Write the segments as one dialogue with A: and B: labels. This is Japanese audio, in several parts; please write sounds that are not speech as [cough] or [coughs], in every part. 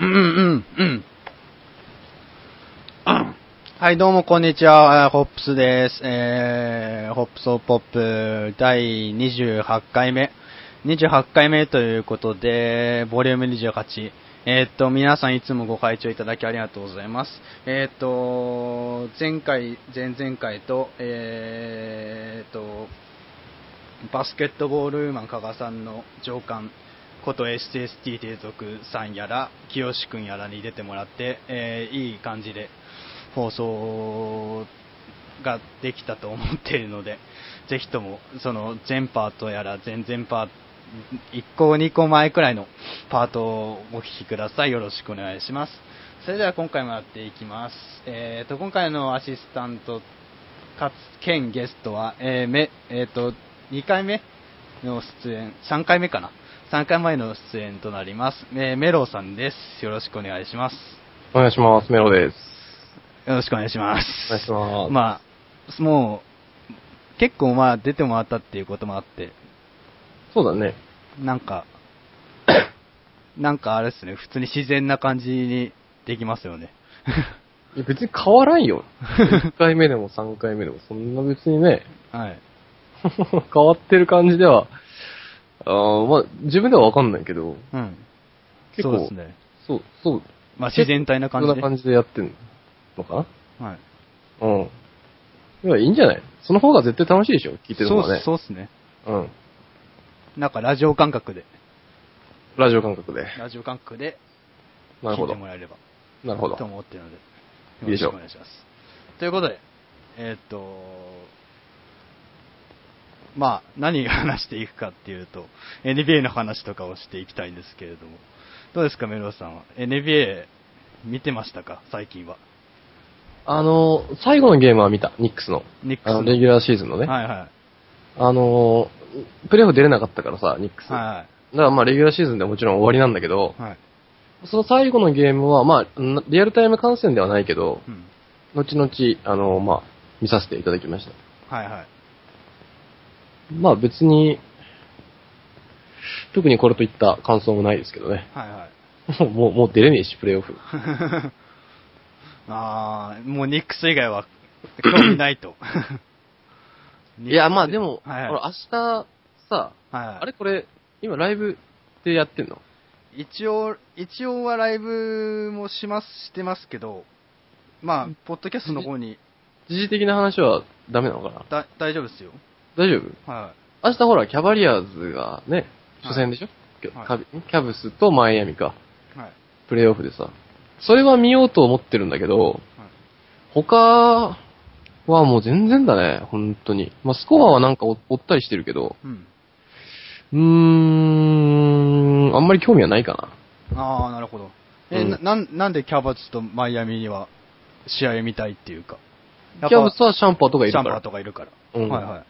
A: うんうんうん。うんはい、どうもこんにちは、あーホップスです。えー、ホップソーポップ第28回目。28回目ということで、ボリューム28。えーっと、皆さんいつもご会長いただきありがとうございます。えーっと、前回、前々回と、えーっと、バスケットボールウーマン加賀さんの上官こと HST 提督さんやら清志くんやらに出てもらって、えーいい感じで放送ができたと思っているのでぜひともその全パートやら全々パート1個2個前くらいのパートをお聞きくださいよろしくお願いしますそれでは今回もやっていきますえー、と今回のアシスタントかつ兼ゲストは、えーめえー、と2回目の出演、3回目かな、3回前の出演となります、えーメロウさんです。よろしくお願いします。
B: お願いします。メロです。
A: よろしくお願いします。
B: お願いします。
A: まあ、もう、結構まあ出てもらったっていうこともあって、
B: そうだね。
A: なん
B: [coughs]
A: か、なんかあれですね、普通に自然な感じにできますよね。
B: いや別に変わらん
A: [laughs]
B: よ。1回目でも3回目でも、そんな別にね、 [laughs]
A: はい。
B: 変わってる感じでは、あーまあ、自分ではわかんないけど、
A: うん。
B: 結
A: そ
B: 構
A: うですね。
B: そう、そう、
A: まあ自然体な
B: そ
A: 感
B: ん
A: じ
B: な
A: で。
B: 感じでやってんのか
A: はい。
B: なうん。いや、いいんじゃないその方が絶対楽しいでしょ聞いてる
A: そ
B: 方が
A: う
B: ね。
A: そうですね。
B: うん。
A: なんかラジオ感覚で、
B: ラジオ感覚で。
A: ラジオ感覚で
B: なる
A: 聞
B: ほ
A: いて
B: ど。
A: もらえれば。
B: なるほ
A: と
B: ど。
A: 思ってるので、
B: いいでしょ
A: よろし
B: う
A: くお願いします。ということで、えーっと、まあ、何を話していくかっていうと、NBA の話とかをしていきたいんですけれども、どうですか、メロウさんは。NBA 見てましたか、最近は。
B: あの、最後のゲームは見た。ニックスの。
A: ニックス
B: あ
A: の
B: の、レギュラーシーズンのね。
A: はいは
B: あのー、プレイオフ出れなかったからさ、ニックス。
A: い。は
B: だからまあ、レギュラーシーズンではもちろん終わりなんだけど
A: い。、はい。
B: その最後のゲームは、まあ、んリアルタイム観戦ではないけど、
A: うん。
B: 後々、あの、まあ、見させていただきました。
A: はいはい。
B: まあ、別に、特にこれといった感想もないですけどね。 [laughs]
A: はい [laughs] はい。
B: もう、もうもう出れねえし、プレイオフ。
A: あー、もうニックス以外は興味ない
B: [laughs]
A: と。
B: いや、まあでも、
A: はいはい
B: 俺明日さ、
A: はいはい
B: あれこれ、今ライブでやってんの
A: 一応、一応はライブもします、してますけど、まあ、ポッドキャストの方
B: [laughs]
A: に、
B: 時事的な話はダメなのかな
A: だ、大丈夫ですよ。
B: 大丈夫
A: は
B: 明日ほら、キャバリアーズがね、初戦でしょ、キャ
A: はい
B: キャブスとマイアミか。
A: い。はい。
B: プレイオフでさ。それは見ようと思ってるんだけど、他はもう全然だね、本当に。まあ、スコアはなんか追追ったりしてるけど、
A: うん。
B: うーん、あんまり興味はないか
A: ああ、なるほど。え、
B: うん
A: ななん、なんでキャバツとマイアミには試合見たいっていうか。
B: な。キャブス
A: は
B: はシャンパーとかいる
A: シャ
B: か
A: ンパー
B: ら。
A: とかいるから。
B: うん
A: はいはい。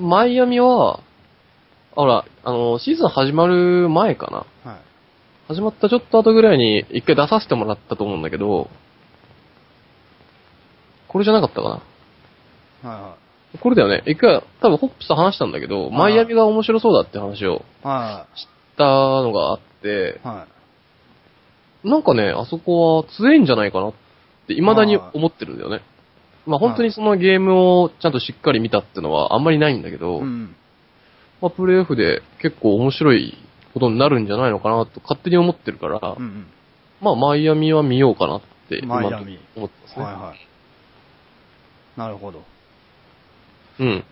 B: マイアミは、ほら、あの、シーズン始まる前かな。
A: はい。
B: 始まったちょっと後ぐらいに一回出させてもらったと思うんだけど、これじゃなかったかな。
A: はいは
B: これだよね。一回、多分ホップスと話したんだけど、マイアミが面白そうだって話を
A: い。は
B: したのがあって
A: い。、は
B: なんかね、あそこは強いんじゃないかなって、未だに思ってるんだよね。まあ本当にそのゲームをちゃんとしっかり見たってのはあんまりないんだけ
A: い。
B: ど、
A: うん。
B: まあプレイオフで結構面白いことになるんじゃないのかなと勝手に思ってるから、
A: うん
B: まあマイアミは見ようかなって、今
A: マイアミ
B: 思ってます
A: うん。
B: ね。
A: はいはい。なるほど。
B: うん。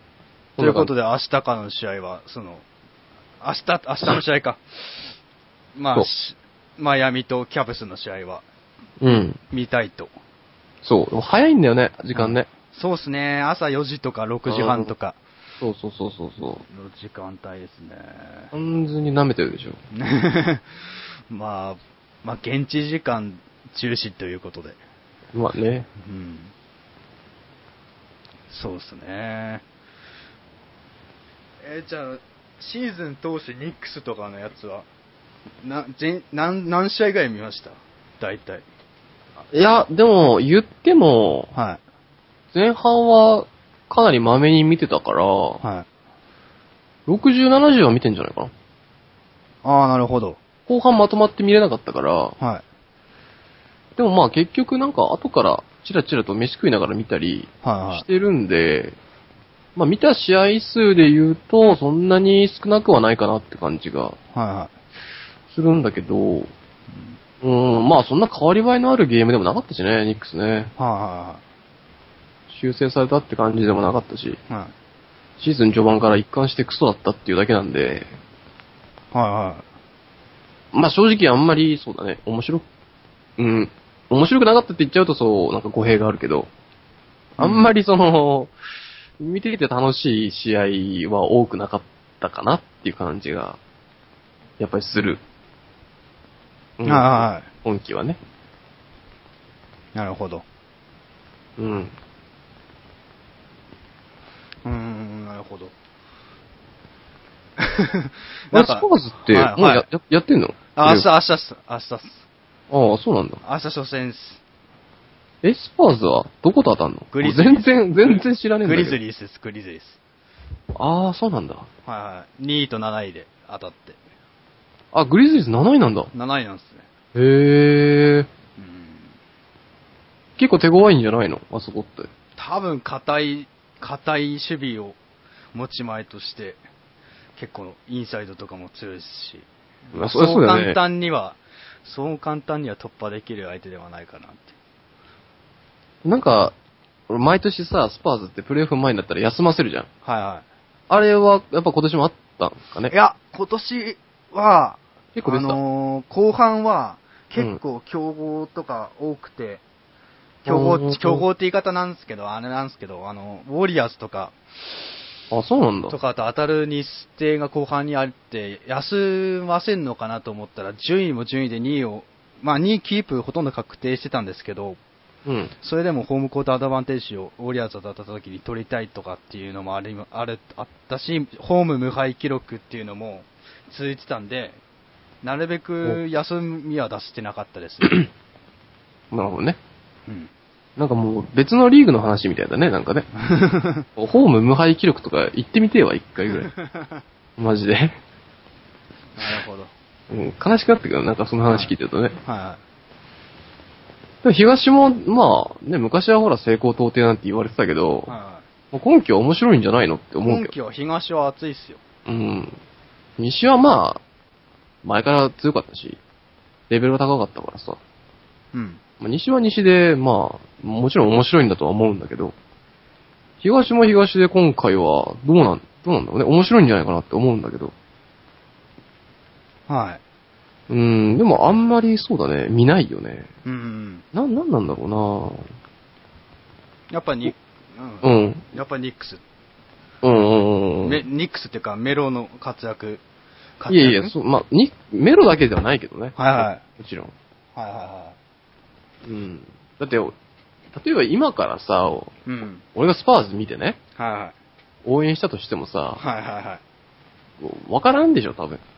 A: ということ
B: で、
A: で、明日からの試合は、その、明日、明日の試合か。ま
B: そ
A: あ、
B: う
A: しマイアミとキャブスの試合は
B: うん。
A: 見たいと。
B: そう。でも早いんだよね、時間ね。
A: そうですね、朝4時とか6時半とか
B: そうそうそうそうそう。
A: の時間帯ですね。
B: 完全に舐めてるでしょ。
A: [laughs] まあ、まあ、現地時間中止ということで。
B: まあね。
A: うん。そうですね。えーじゃあ、シーズン通してニックスとかのやつは、な、ぜん何、何試合ぐらい見ました大体。
B: いや、でも、言っても、
A: はい。
B: 前半はかなりまめに見てたから、
A: はい。
B: 60、70は見てんじゃないかな。
A: ああ、なるほど。
B: 後半まとまって見れなかったから、
A: はい。
B: でもまあ結局なんか後からチラチラと飯食いながら見たり
A: は
B: し
A: い
B: てるんで、まあ見た試合数で言うとそんなに少なくはないかなって感じが
A: はい。はいは
B: するんだけど、うん、まあそんな変わり映えのあるゲームでもなかったしね、ニックスね。
A: い。は
B: 修正されたって感じでもなかったし、
A: いはい。はい。
B: シーズン序盤から一貫してクソだったっていうだけなんで、
A: はいはい。
B: まあ正直あんまり、そうだね、面白く、うん、面白くなかったって言っちゃうとそう、なんか語弊があるけど、あんまりその、見ていて楽しい試合は多くなかったかなっていう感じが、やっぱりする。う
A: は
B: ん
A: いはい
B: 今季はね。
A: なるほど。
B: うん。
A: うーん、なるほ [laughs] ど。
B: あ
A: な
B: れ、
A: ん
B: スパ
A: か
B: ーズって、
A: はい
B: もう
A: は
B: や
A: い
B: ややってんの
A: あ明
B: プ
A: 日、
B: レー
A: 明日っす。明日っす。
B: オフああ、そうなんだ。
A: 明日初戦っす。
B: え、スパーズはどこと当たんの
A: グリズリー
B: 俺全然、全然知らねえんだ
A: グ
B: けど。
A: リズリースです、グリズリース。
B: ああ、そうなんだ。
A: はいはい。2位と7位で当たって。
B: あ、グリズリーズ7位なんだ。
A: 7位なんですね。
B: へえ。
A: うん。
B: 結構手強いんじゃないのあそこって。
A: 多分、硬い、硬い守備を持ち前として、結構、インサイドとかも強いですし。
B: あそりゃそうだよね
A: 簡単には、そう簡単には突破できる相手ではないかなって。
B: なんか、俺毎年さ、スパーズってプレイオフ前になったら休ませるじゃん。
A: はいは
B: あれは、やっぱ今年もあったんかね
A: い。い。や、今年は、
B: 結構出
A: あ
B: てた。
A: のー後半は結構競合とか多くて、競合、
B: おー
A: 競合って言い方なんですけど、あれなんですけど、あの、ウォリアーズとか、
B: あ、そうなんだ。
A: とかと当たる日程が後半にあって、休ませんのかなと思ったら、順位も順位で2位を、まあ2位キープほとんど確定してたんですけど、
B: うん。
A: それでもホームコートアドバンテージをウォリアーズと当たった時に取りたいとかっていうのもありあるあったし、ホーム無敗記録っていうのも続いてたんで、なるべく休みは出してなかったです
B: [coughs]
A: ね。
B: なるほどね。 [laughs]
A: うん、
B: なんかもう別のリーグの話みたいだね、なん
A: [laughs]
B: かね。ホーム無敗記録とか行ってみてえわ、一回
A: [laughs]
B: ぐらい。マジで。
A: なるほど。はい
B: うん、悲しくなってくるなんかその話聞いてるとね。
A: は
B: でも東も、まあ、ね、昔はほら成功到底なんて言われてたけど、
A: い。は
B: もう今季は面白いんじゃないのって
A: い、
B: 思う
A: 今
B: け
A: 季
B: ど。
A: は東は暑いっすよ。
B: うん。西はまあ、前から強かったし、レベルが高かったからさ。
A: うん。
B: まあ西は西で、まあ、もちろん面白いんだとは思うんだけど、東も東で今回は、どうなん、どうなんだろうね。面白いんじゃないかなって思うんだけど。
A: はい。
B: うん、でもあんまりそうだね、見ないよね。
A: うんうん
B: な、なんなんだろ
A: うん。やっぱに、
B: う
A: う。
B: なんうん。
A: やっぱニックス。
B: うんうんうんうん。
A: めニックスっていうか、メロの活躍。活躍
B: いやいや、そう、まあ、に、メロだけではないけどね。。
A: はいはい
B: もちろん。
A: はいはいは
B: うん。だって、例えば今からさ、
A: い。うん。
B: 俺がスパーズ見てね、
A: はいはい。
B: 応援したとしてもさ、
A: はいはいはい。
B: わからんでしょ、多分。
A: [laughs]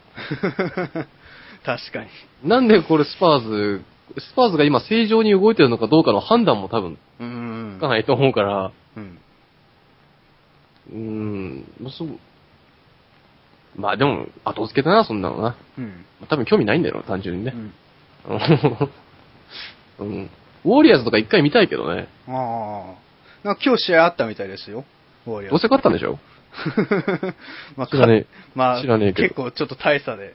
A: 確かに。
B: なんでこれスパーズ、スパーズが今正常に動いてるのかどうかの判断も多分
A: うんうんうん
B: つかないと思うから、
A: うん。
B: うん、そう。まあでも、後付けだな、そんなのな。
A: うん。
B: 多分興味ないんだよ、単純に
A: う
B: ね。
A: ん。
B: うん。ウォリアーズとか一回見たいけどね。
A: ああ。なんか今日試合あったみたいですよ。ウォリア
B: ど
A: ー
B: う
A: ズ
B: せ勝ったんでしょ
A: まあ、
B: 知らねえ
A: か [laughs] まあ、
B: 知らねえけど
A: 結構ちょっと大差で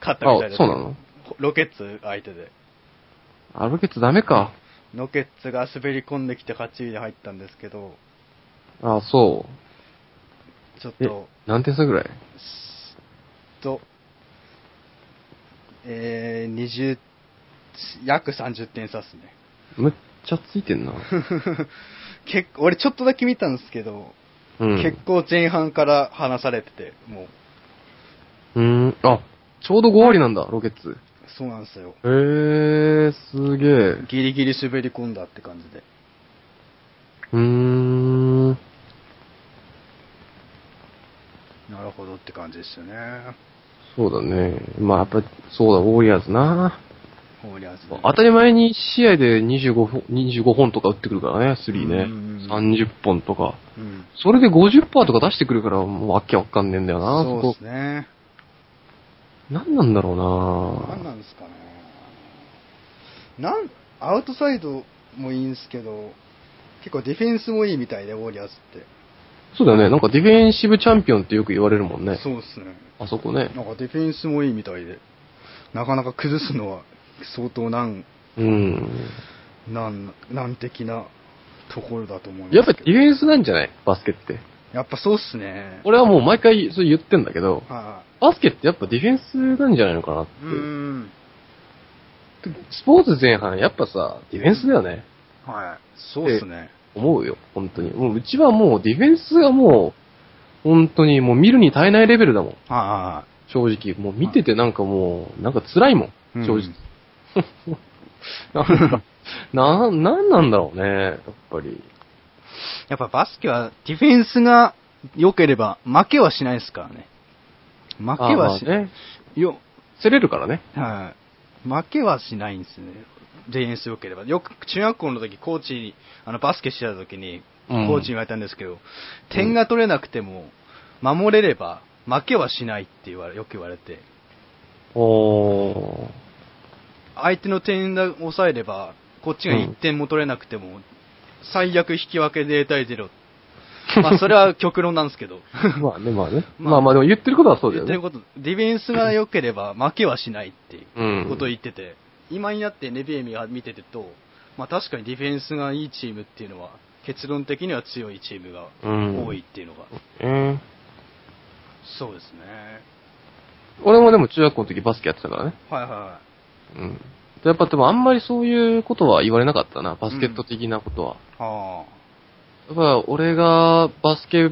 A: 勝ったみたい
B: あ
A: で、す
B: そうなの
A: ロケッツ相手で。
B: あ、ロケッツダメか。
A: ロケッツが滑り込んできて8位で入ったんですけど、
B: あ、そ
A: ちょっ
B: う。え
A: と、、
B: 何点差ぐらい
A: すっと、えー、20、約30点差っすね。 [laughs]
B: むっちゃついてんな。
A: 結構、俺ちょっとだけ見たんですけど、
B: うん。
A: 結構前半から話されてて、もう、
B: うん。あ、ちょうど5割なんだ、ロケッツ。
A: そうなんですよ。
B: へえー、すげえ。う
A: ギリギリ滑り込んだって感じで。
B: ーん。
A: なるほどって感じですよね。
B: そうだね。まあ、やっぱ、そうだ、ウォリアーズな。
A: ホーリアーズね。
B: 当たり前に試合で25本 ,25 本とか打ってくるからね、スリーね
A: うんうん。
B: 30本とか。
A: うん。
B: それで50%とか出してくるから、もうわけわかんねえんだよな、
A: そう
B: こ
A: です。ね。
B: 何なんだろう
A: 何
B: な
A: なんですかね。なん、
C: アウトサイドもいいんすけど、結構ディフェンスもいいみたいで、ウォリアーズって。
B: そうだよね。なんかディフェンシブチャンピオンってよく言われるもんね。
C: そうっすね。
B: あそこね。
C: なんかディフェンスもいいみたいで、なかなか崩すのは相当難、
B: うん。
C: 難、難的なところだと思いますけど。
B: やっぱディフェンスなんじゃないバスケって。
C: やっぱそうっすね。
B: 俺はもう毎回それ言ってんだけど、
C: は
B: バスケってやっぱディフェンスなんじゃないのかなっ
C: い。うー
B: て。
C: ん。
B: スポーツ前半やっぱさ、ディフェンスだよね。
C: はい。そうっすね。
B: 思うよ、本当に。もううちはもうディフェンスがもう、本当にもう見るに耐えないレベルだもん。
C: は
B: 正直。もう見ててなんかもう、なんか辛いも
C: い
B: ん。
C: はい。
B: 正直。
C: うん
B: なんか、 [laughs] な、なんなんだろうね。やっぱり。
A: やっぱバスケはディフェンスが良ければ負けはしないですからね。負けはし
B: あー
A: な
B: ま
A: い。
B: あね。
A: よ
B: 競れるからね。
A: はい。負けはしないんですね。ディフェンス良ければ。よく中学校の時、コーチに、あの、バスケしてた時に、コ
B: うん
A: ーチに言われたんですけど、点が取れなくても、守れれば、負けはしないって言われ、よく言われて、
B: おー。 [laughs]
A: 相手の点が抑えれば、こっちが1点も取れなくても、最悪引き分け0対0。まあ、それは極論なんですけど。
B: まあね、まあね。
A: [laughs] まあ
B: まあまあ、でも言ってることはそうだ
A: 言
B: よ
A: ってる。こ
B: ね
A: と、ディフェンスが良ければ負けはしないっていう
B: うん。
A: ことを言ってて、今になってネビエミが見てると、まあ確かにディフェンスがいいチームっていうのは、結論的には強いチームが
B: うん
A: 多いっていうのが、
B: うん。
A: そうですね。
B: 俺もでも中学校の時バスケやってたからね。
A: はいはいは
B: うん。やっぱでもあんまりそういうことは言われなかったな。バスケット的なことは。
A: い。は
B: やっぱ俺がバスケ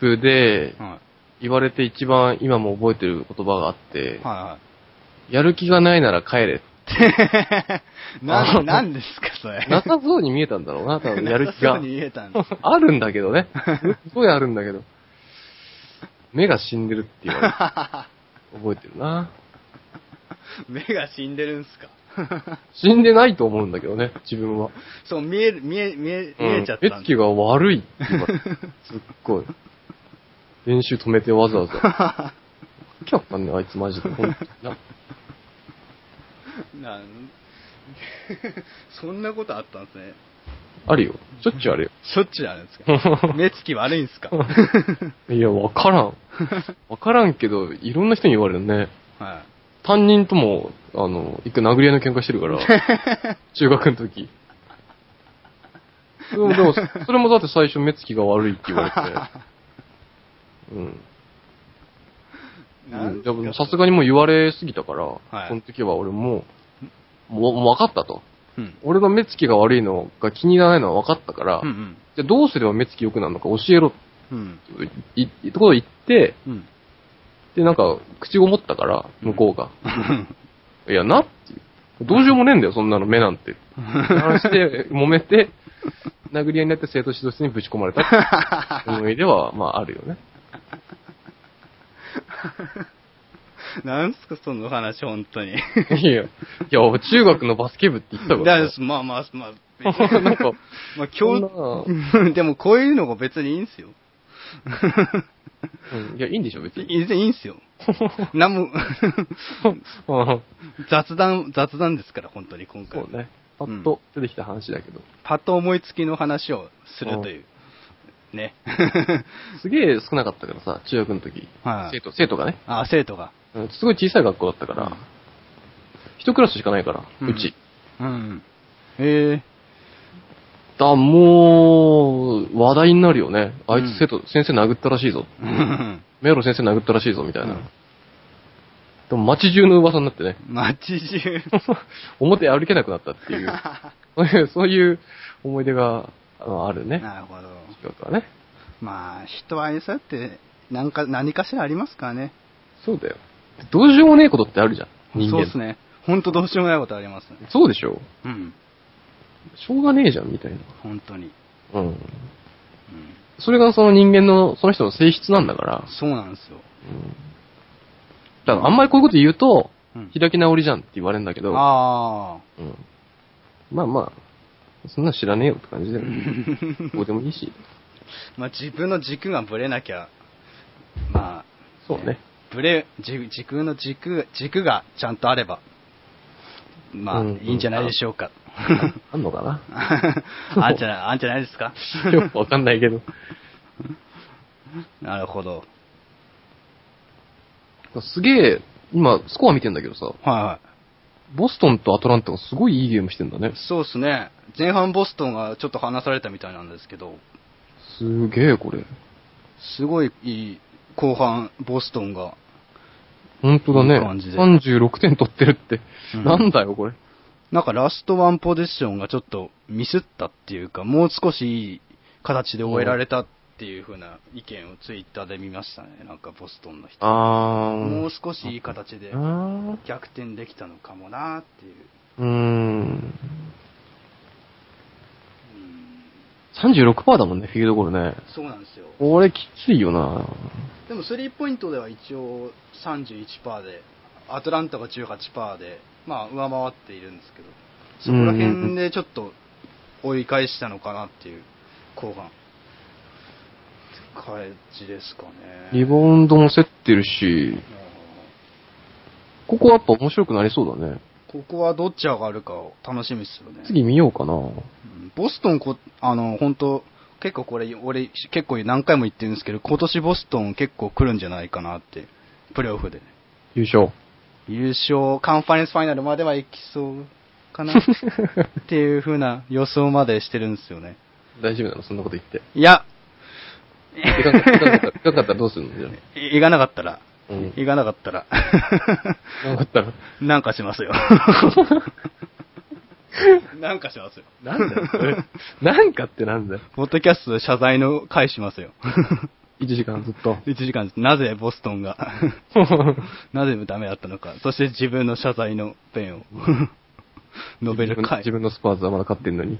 B: 部で
A: あ、はい。
B: 言われて一番今も覚えてる言葉があって、
A: は
B: やる気がないなら帰
A: [laughs]
B: れ。
A: いはい。な
B: あ
A: ん、 [laughs] なんですかそれ。
B: なさそうに見えたんだろうな、多分やる気が
A: [laughs] なさそう。に言えたんです。
B: [laughs] あるんだけ
A: [laughs]
B: どね。すごいあるんだけど。目が死んでるって言われ
A: [laughs]
B: て覚えてるな。
A: 目が死んでるんすか [laughs]
B: 死んでないと思うんだけどね、自分は。
A: そう、見える、見え、見え、見
B: うん
A: えちゃったん
B: 目つ
A: で
B: きが悪いって言
A: [laughs]
B: われて。すっごい。練習止めてわざわざ。きゃったね、あいつマジで。ほんとにな
A: なん [laughs] そんなことあったんですね。
B: あるよ。しょっちゅうある
A: しょっちゅうあるんです [laughs]
B: [laughs]
A: か
B: よ。
A: 目つき悪いんです
B: [laughs]
A: か
B: いや、わからん。わからんけど、いろんな人に言われるね。
A: は
B: 担任とも、あの、一回殴り合いの喧嘩してるから、
A: [laughs]
B: 中学の時。でも、でも、それもだって最初目つきが悪いって言
A: [laughs]
B: われて。うん。
A: い。
B: うんでも
A: か
B: さすがにもう言われすぎたから、
A: はい
B: その時は俺も、もう、もう分かったと。
A: うん。
B: 俺の目つきが悪いのが気にならないのは分かったから、
A: うん
B: じゃあどうすれば目つき良くなるのか教えろっ
A: うん。うん。
B: ていってことを言って、
A: うん。
B: で、なんか、口ごもったから、向こうが。いや、なっていう。どうしようもねえんだよ、そんなの目なんて。話
A: [laughs]
B: して、揉めて、殴り合いになって生徒指導室にぶち込まれたっていう思い出は、まあ、あるよ
A: [laughs]
B: ね。
A: [laughs] なんすか、その話、本当に。
B: いや、いや、俺中学のバスケ部って言ったか
A: だ
B: ら。
A: まあまあ、まあ、
B: [laughs] なんか、
A: まあ、
B: そんな
A: 今日、 [laughs] でもこういうのが別にいいん
B: [laughs]
A: すよ。
B: うん、いや、いいんでしょ、別に。
A: 全然いいん
B: [laughs]
A: すよ。なんも、
B: うん
A: 雑談、雑談ですから、本当に今回
B: そ。うね。パッと出てきた話だけど。
A: パッと思いつきの話をするという。
B: [laughs]
A: ね。
B: すげえ少なかったからさ、中学の時。
A: はい
B: 生徒、生徒がね。
A: あ、生徒が。
B: うんすごい小さい学校だったから、一クラスしかないから、
A: うん
B: うち。
A: うん。え
B: だ、もう、話題になるよね。あいつ生徒、先生殴ったらしいぞ。
A: えー。 [laughs]
B: メロ先生殴ったらしいぞ、みたいな。
A: うん
B: でも街中の噂になってね。 [laughs]
A: 街中。
B: 表歩けなくなったって
A: [laughs]
B: いう。そういうそういう思い出があのあるね。
A: なるほど。
B: 中学はね。
A: まあ、人は愛さって、なんか、何かしらありますからね。
B: そうだよ。どうしようもねえことってあるじゃん。人
A: そう
B: 間。
A: ですね。ほんとどうしようもないことありますね。
B: そうでしょ
A: うん。
B: しょうがねえじゃん、みたいな。
A: 本当に。
B: うん。
A: うん。
B: それがその人間の、その人の性質なんだから。
A: そうなんですよ。
B: うん。だからあんまりこういうこと言うと、
A: うん。
B: 開き直りじゃんって言われるんだけど、
A: あ
B: うん。まあまあ、そんなの知らねえよって感じだよね。
A: [laughs] あ。
B: どうでもいいし。
A: まあ、自分の軸がぶれなきゃ、まあ、
B: そ
A: [laughs]
B: うね。
A: ブレ、じ軸の軸、軸がちゃんとあれば、まあ、
B: うん [laughs]
A: いいんじゃないでしょうか。
B: あんのかな
A: あんじゃない、あんじゃないですか
B: よくわかんないけど。
A: なるほど。
B: すげえ、今、スコア見てんだけどさ、
A: は
B: ボストンとアトランタがすごいいいゲームしてんだね
A: い。。そうですね。前半ボストンがちょっと離されたみたいなんですけど、
B: すげえ、これ。
A: すごいいい後半、ボストンが。
B: 本当だ
A: い
B: ね
A: い感じ。で
B: 36点取ってるって。
A: うん
B: なんだよ、これ。
A: なんかラストワンポジションがちょっとミスったっていうか、もう少しいい形で終えられたっていう風な意見をツイッターで見ましたね。なんかボストンの人。
B: あー。
A: もう少しいい形で
B: あ
A: 逆転できたのかもなーっていう。
B: ーうーん。
A: うん
B: 36%だもんね、フィールドゴールね。
A: そうなんですよ。
B: これきついよな
A: でもスリーポイントでは一応31%で、アトランタが18%で、まあ上回っているんですけど、そこら辺でちょっと追い返したのかなっていう、後半。って感じですかね。
B: リバウンドも競ってるし、
A: うん
B: ここはやっぱ面白くなりそうだね。
A: ここはどっち上がるかを楽しみですよね。
B: 次見ようかな
A: うんボストンこ、あの、本当結構これ、俺、結構何回も言ってるんですけど、今年ボストン結構来るんじゃないかなって、プレーオフで、ね。
B: 優勝。 [laughs]
A: 優勝、カンファレンスファイナルまでは行きそうかなっていう風な予想までしてるんですよね。
B: 大丈夫なのそんなこと言って。
A: いや、
B: いかんかったいかんかったいかんかったらどうするのじゃ
A: い行かなかったら、
B: あ。うん。
A: 行かなかったら、 [laughs]
B: なかったら。
A: なんかしますよ。 [laughs] なんかしますよ。
B: なんだよ
A: [laughs]
B: それ、なんかってなんだよ。
A: ポッドキャストで謝罪の会しますよ。 [laughs]
B: 1時間ずっと。 [laughs]
A: 1時間です。なぜボストンが、 [laughs] なぜダメだったのか。そして自分の謝罪のペンを [laughs] 述べる会。
B: 自分のスパーズはまだ勝ってん
A: [laughs]
B: のに。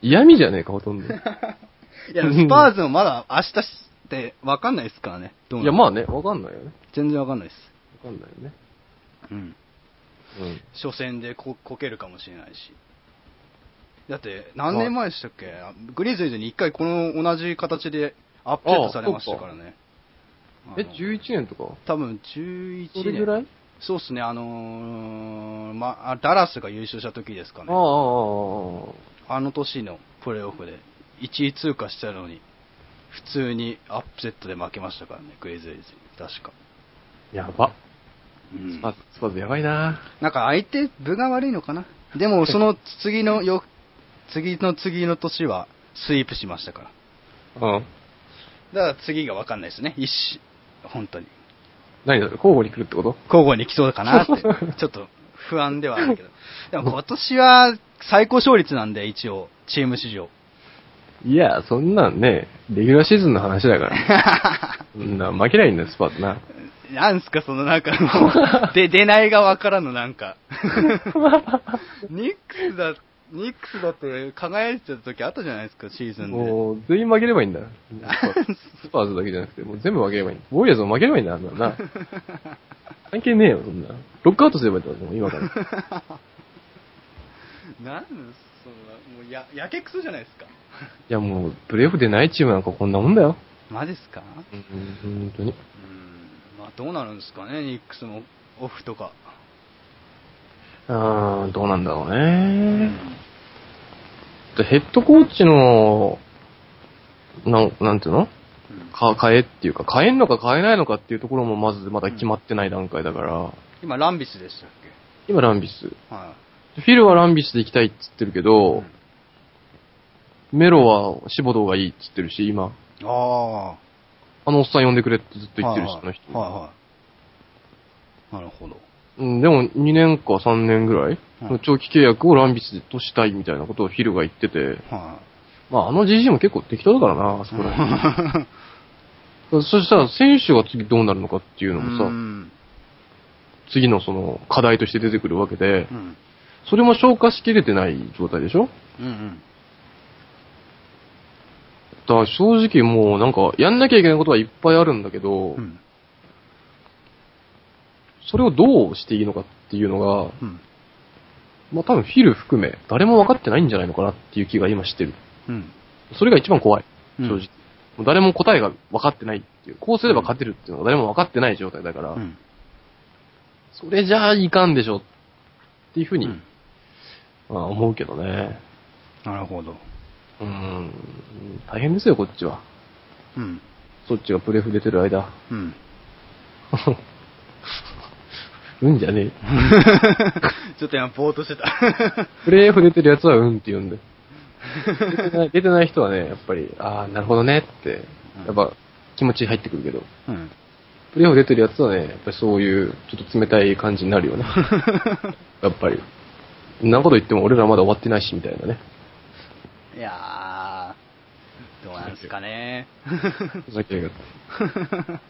B: 嫌味じゃねえか、ほとんど。い
A: いや、スパーズもまだ明日って分かんないですからね。どうな
B: や、
A: る
B: まあね、わかんないよね。
A: 全然分かんないです。
B: わかんないよね。
A: うん。
B: うん。
A: 初戦でここけるかもしれないし。だって、何年前でしたっけグリズリーズに一回この同じ形でアップデートされましたからね。
B: え、
A: あの
B: 11年とか
A: 多分11年。
B: それぐらい
A: そうっすね、あのーまあ、ダラスが優勝した時ですか
B: あ
A: ね
B: ああ。あ、ああ。
A: あの年のプレーオフで1位通過したのに、普通にアップセットで負けましたからね、グレイズリーズに、確か。
B: やば。
A: うん
B: スパズ、スパズやばいな
A: なんか相手、分が悪いのかな。で [laughs] も、その次のよ、次の次の年はスイープしましたから。
B: うん。
A: だから次が分かんないですね、一死、本当に。
B: 何だろう交互に来るってこと
A: 交互に来そうかな [laughs] って、ちょっと不安ではあるけど。でも今年は最高勝率なんで、一応、チーム史上。
B: いや、そんなんね、レギュラーシーズンの話だから。
A: [laughs]
B: そんな、負けりゃいいんだよ、スパーズな。
A: なんすか、そのなんかも [laughs] う、で、出ない側からのなん [laughs] か。ニックスだ、ニックスだって輝いてた時あったじゃないですか、シーズンで。
B: もう、全員負ければいい [laughs] んだよ。スパーズだけじゃなくて、もう全部負ければいい。ウォリアーズも負ければいいんだよ、あんなのな。関係ねえよ、そんな。ロックアウトすればいいんだよ、もう今から。
A: [laughs]
B: [laughs]
A: なんそんな、もうや、やけくそじゃないですか。
B: いやもう、プレーオフでないチームなんかこんなもんだよ。
A: マジっすか
B: うん、本当に。
A: うん、まあどうなるんですかね、ニックスもオフとか。
B: あー、どうなんだろうね。でヘッドコーチの、なん、なんていうの
A: うん
B: か、変えっていうか、変えんのか変えないのかっていうところもまずまだ決まってない段階だから、
A: 今、ランビスでしたっ
B: 今ランビス。
A: けは
B: フィルはランビスで行きたいっつってるけ
A: い。
B: ど、メロはシボドーがいいっつってるし、今。
A: ああ。
B: あのおっさん呼んでくれってずっと言ってるし、
A: はい
B: あ
A: は
B: の
A: い
B: 人。
A: はいはい。なるほど。
B: うん、でも2年か3年ぐらい、
A: うん
B: 長期契約をランビスとしたいみたいなことをヒルが言ってて、
A: は
B: まああの GG も結構適当だからな、あそこら
A: [laughs]
B: 辺。
A: い。
B: そしたら選手が次どうなるのかっていうのもさ、
A: うん
B: 次のその課題として出てくるわけで
A: う、ん。
B: それも消化しきれてない状態でしょ
A: うんうん。
B: だから正直もうなんかやんなきゃいけないことはいっぱいあるんだけど、
A: うん
B: それをどうしていいのかっていうのが、
A: うん。
B: まあ多分フィル含め誰も分かってないんじゃないのかなっていう気が今してる。
A: うん。
B: それが一番怖い。
A: うん
B: 正直。もう誰も答えが分かってないっていう。こうすれば勝てるっていうのが誰も分かってない状態だから、
A: うん。
B: それじゃあいかんでしょっていうふうに
A: うん
B: まあ思うけどね。
A: なるほど。
B: うん、大変ですよ、こっちは。
A: うん。
B: そっちがプレフ出てる間。 [laughs]
A: うん。
B: うんじゃねえ。
A: ちょっと今、ぼーっとしてた。
B: プレーフ出てるやつはうんって言
A: [laughs]
B: うんで。出てない出てない人はね、やっぱり、ああ、なるほどねって、やっぱ気持ち入ってくるけど、
A: うん。
B: プレーフ出てるやつはね、やっぱりそういう、ちょっと冷たい感じになる
A: [laughs]
B: よね。やっぱり。そんなこと言っても俺らまだ終わってないし、みたいなね。
A: いやー、どうなんですか
B: [laughs]
A: ね。
B: ふざけやがって。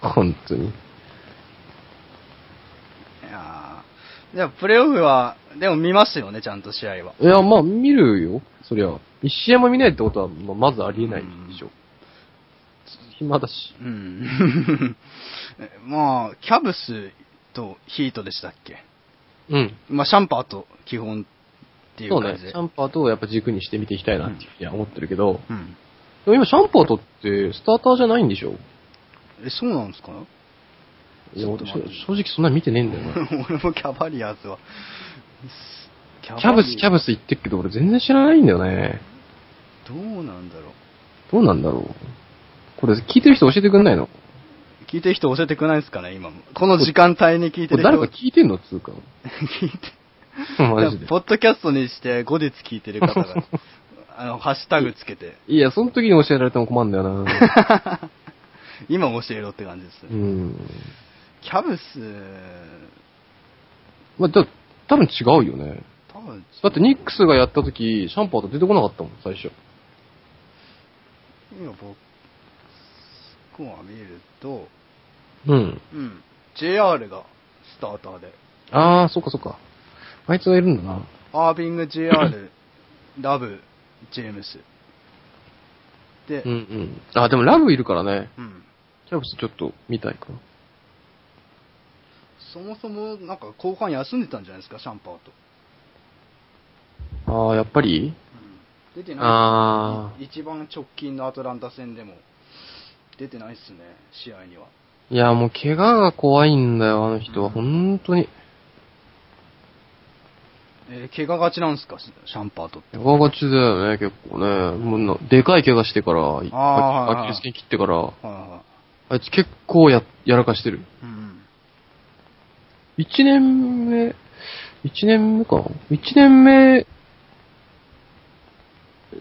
B: 本当に。
A: いやーじゃあ、プレーオフは、でも見ますよね、ちゃんと試合は。
B: いや、まあ、見るよ。そりゃ。一試合も見ないってことは、まあまずありえないでしょ。暇だし。
A: うん。 [laughs] まあ、キャブスとヒートでしたっけ
B: うん。
A: まあ、シャンパーと基本っていう
B: そう
A: 感
B: ね。
A: じ
B: シ
A: で。
B: ャンパーとやっぱ軸にして見ていきたいなっていうふうには思ってるけど、
A: うん。
B: でも今シャンパーとってスターターじゃないんでしょ
A: え、そうなんですか
B: いや
A: そうだ
B: 俺正正直そんな見てねえんだよな。
A: 俺もキャバリアーズは。キ
B: キャブス、キャ
A: ブ
B: ブス言ってるけど俺全然知らないんだよね。
A: どうなんだろう。
B: どうなんだろう。これ聞いてる人教えてくんないの
A: 聞いてる人教えてくれないですかね、今も。この時間帯に聞いてる人。
B: これ誰か聞いてんのつうか。
A: 聞いて。
B: [laughs] マジで
A: ポ。ッドキャストにして後日聞いてる方
B: [laughs]
A: が、あの、ハッシュタグつけて、
B: いや、その時に教えられても困るんだよな。
A: [laughs] 今教えろって感じです
B: う
A: ね。
B: ん。
A: キャブス、
B: まあ、だ多分違うよね。
A: 多分、
B: だってニックスがやった時、シャンパーと出てこなかったもん、最初。
A: 今僕、スコア見ると、
B: うん。
A: うん、JR がスターターで、
B: ああ、そっかそっか。あいつがいるんだな。
A: アービング JR、ラブ、ジェームス。で、
B: う
A: うん、
B: うんん。あ、でもラブいるからね。キャブスちょっと見たいかな。
A: そもそもなんか後半休んでたんじゃないですか、シャンパーと。
B: ああ、やっぱり
A: 出てな
B: あ
A: いっすい一番直近のアトランタ戦でも出てないっすね、試合には。
B: いや、もう怪我が怖いんだよ、あの人は。
A: うん
B: 本当に。
A: えー怪我がちなんですか、シシャンパーとって。
B: 怪我がちだよね、結構ね。もうなでかい怪我してから、
A: あー
B: アキレス腱切ってから、
A: はいは
B: あいつ結構や、やらかしてる。
A: い。うん。
B: 一年目、一年目か一年目、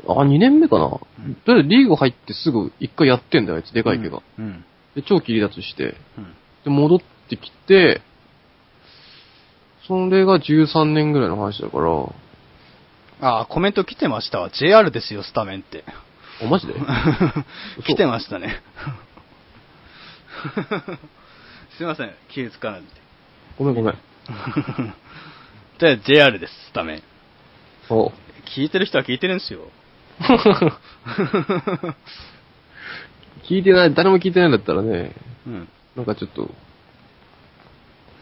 B: あ、二年目かな、
A: うん
B: だってリーグ入ってすぐ一回やってんだよ、あいつ、でかい怪我。
A: うん。
B: で、長期離脱して、
A: うん。
B: で、戻ってきて、それが13年ぐらいの話だから、お、
A: あー、コメント来てましたわ。JR ですよ、スタメンって。
B: マジ [laughs] で
A: [laughs] 来てましたね。すいません、気づ [laughs] かない
B: ごめんごめん。
A: で。で、JR です、スタメン。
B: お
A: 聞いてる人は聞いてるんですよ。 [laughs]
B: 聞いてない、誰も聞いてないんだったらね、
A: うん。
B: なんかちょっと、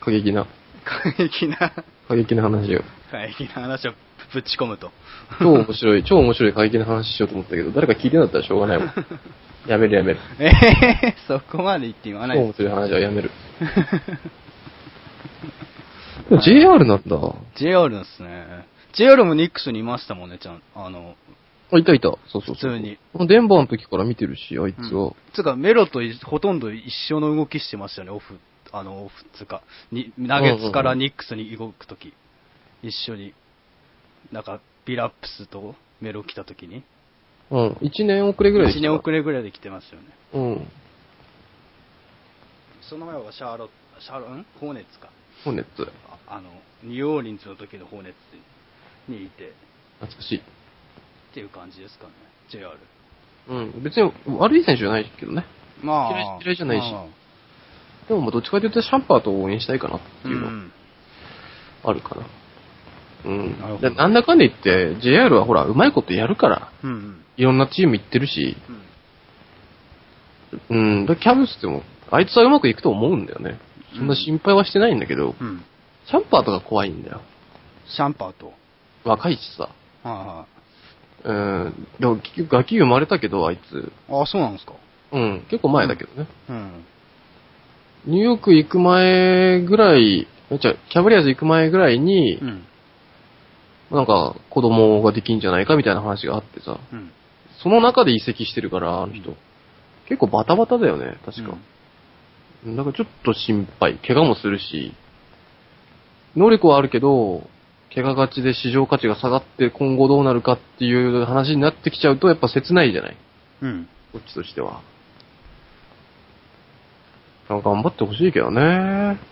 B: 過激な、
A: 過激な。
B: 過激な話 [laughs] を。
A: 会議の話をぶち込むと。
B: 超面白い、超面白い過激な話しようと思ったけど、誰か聞いてなかったらしょうがないもん。 [laughs] やめるやめる。
A: ええそこまで言って言わ
B: 超
A: ないで
B: 面
A: す。
B: 白い話はやめる。でも JR なんだ。
A: JR なんですね。JR もニックスにいましたもんね、ちゃん。あの、
B: あ、いたいた。そうそうそう。
A: 普通に。
B: デンバーの時から見てるし、あいつ
A: うん
B: は。
A: つうか、メロといほとんど一緒の動きしてましたよね、オフ、あの、オフっつうか、にナゲッツからニックスに動くとき、一緒に、なんか、ビラップスとメロ来たときに、
B: うん。1年遅れぐらい
A: 1年遅れぐらいで来てますよね。
B: れ。うん。
A: その前はシャーロット、シャーロ、んホーネッツか。
B: ホネット。
A: ああの、ニューオーリンズの時のホーネッツにいて、
B: 懐かしい。
A: っていう感じですかね、JR。
B: うん。別に悪い選手じゃないけどね。
A: ま
B: 嫌い嫌いじゃないしでも、まあどっちかというとシャンパーと応援したいかなって
A: う
B: いうのは
A: ん。
B: あるかな。うん。
A: なるほど
B: でなんだかんだ言って、JR はほら、うまいことやるから、
A: うん。うん。
B: いろんなチーム行ってるし、
A: うん
B: うん、だからキャブスでも、あいつはうまくいくと思うんだよね。そんな心配はしてないんだけど、
A: うん。
B: シャンパーとか怖いんだよ。
A: シャンパーと。
B: 若いしさ。
A: あ
B: うん、でも結局ガキ生まれたけど、あいつ。
A: あ、あそうなんですか。
B: うん、結構前だけどね。
A: うん。
B: ニューヨーク行く前ぐらい、じゃあキャブリアーズ行く前ぐらいに、
A: うん。
B: なんか子供ができんじゃないかみたいな話があってさ、
A: うん。
B: その中で移籍してるから、あの人。結構バタバタだよね、確か。だからちょっと心配。怪我もするし、能力はあるけど、怪我がちで市場価値が下がって今後どうなるかっていう話になってきちゃうとやっぱ切ないじゃない
A: うん。
B: こっちとしては。頑張ってほしいけどね。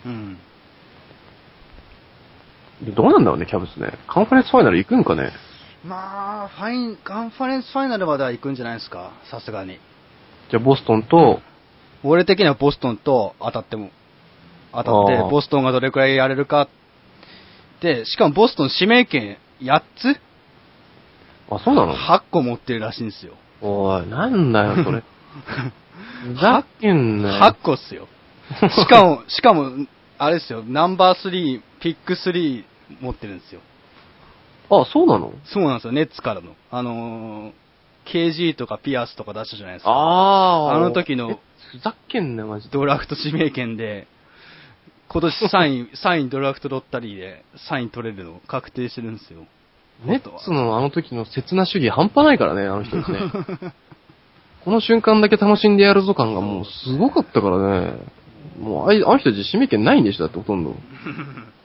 A: うん。
B: でどうなんだろうね、キャブスね。カンファレンスファイナル行くんかね。
A: まあ、ファイン、カンファレンスファイナルまでは行くんじゃないですか、さすがに。
B: じゃあ、ボストンと、
A: 俺的にはボストンと当たっても、当たっ
B: あ
A: て
B: ー、
A: ボストンがどれくらいやれるか。で、しかもボストン指名権8つ
B: あ、そうなの
A: ?8 個持ってるらしいんですよ。
B: おい、なんだよ、それ。 [laughs] ふざけんなよ。
A: 8個っすよ。しかも、しかも、あれですよ、ナンバー3、ピック3持ってるんですよ。
B: あ、そうなの
A: そうなんですよ、ネッツからの。あのー、KG とかピアスとか出したじゃないですか。
B: あー
A: あの時の
B: えふざけんなよ、マジで。
A: ドラフト指名権で、今年3位、3位ド
B: [laughs]
A: ラフトロッタリーで3位取れるの確定してるんですよ。
B: ネッツのあの時の切な主義半端ないからね、あの人 [laughs] ね。この瞬間だけ楽しんでやるぞ感がもうすごかったからね。もうあいあの人たち指名権ないんでしょ、だってほとんど。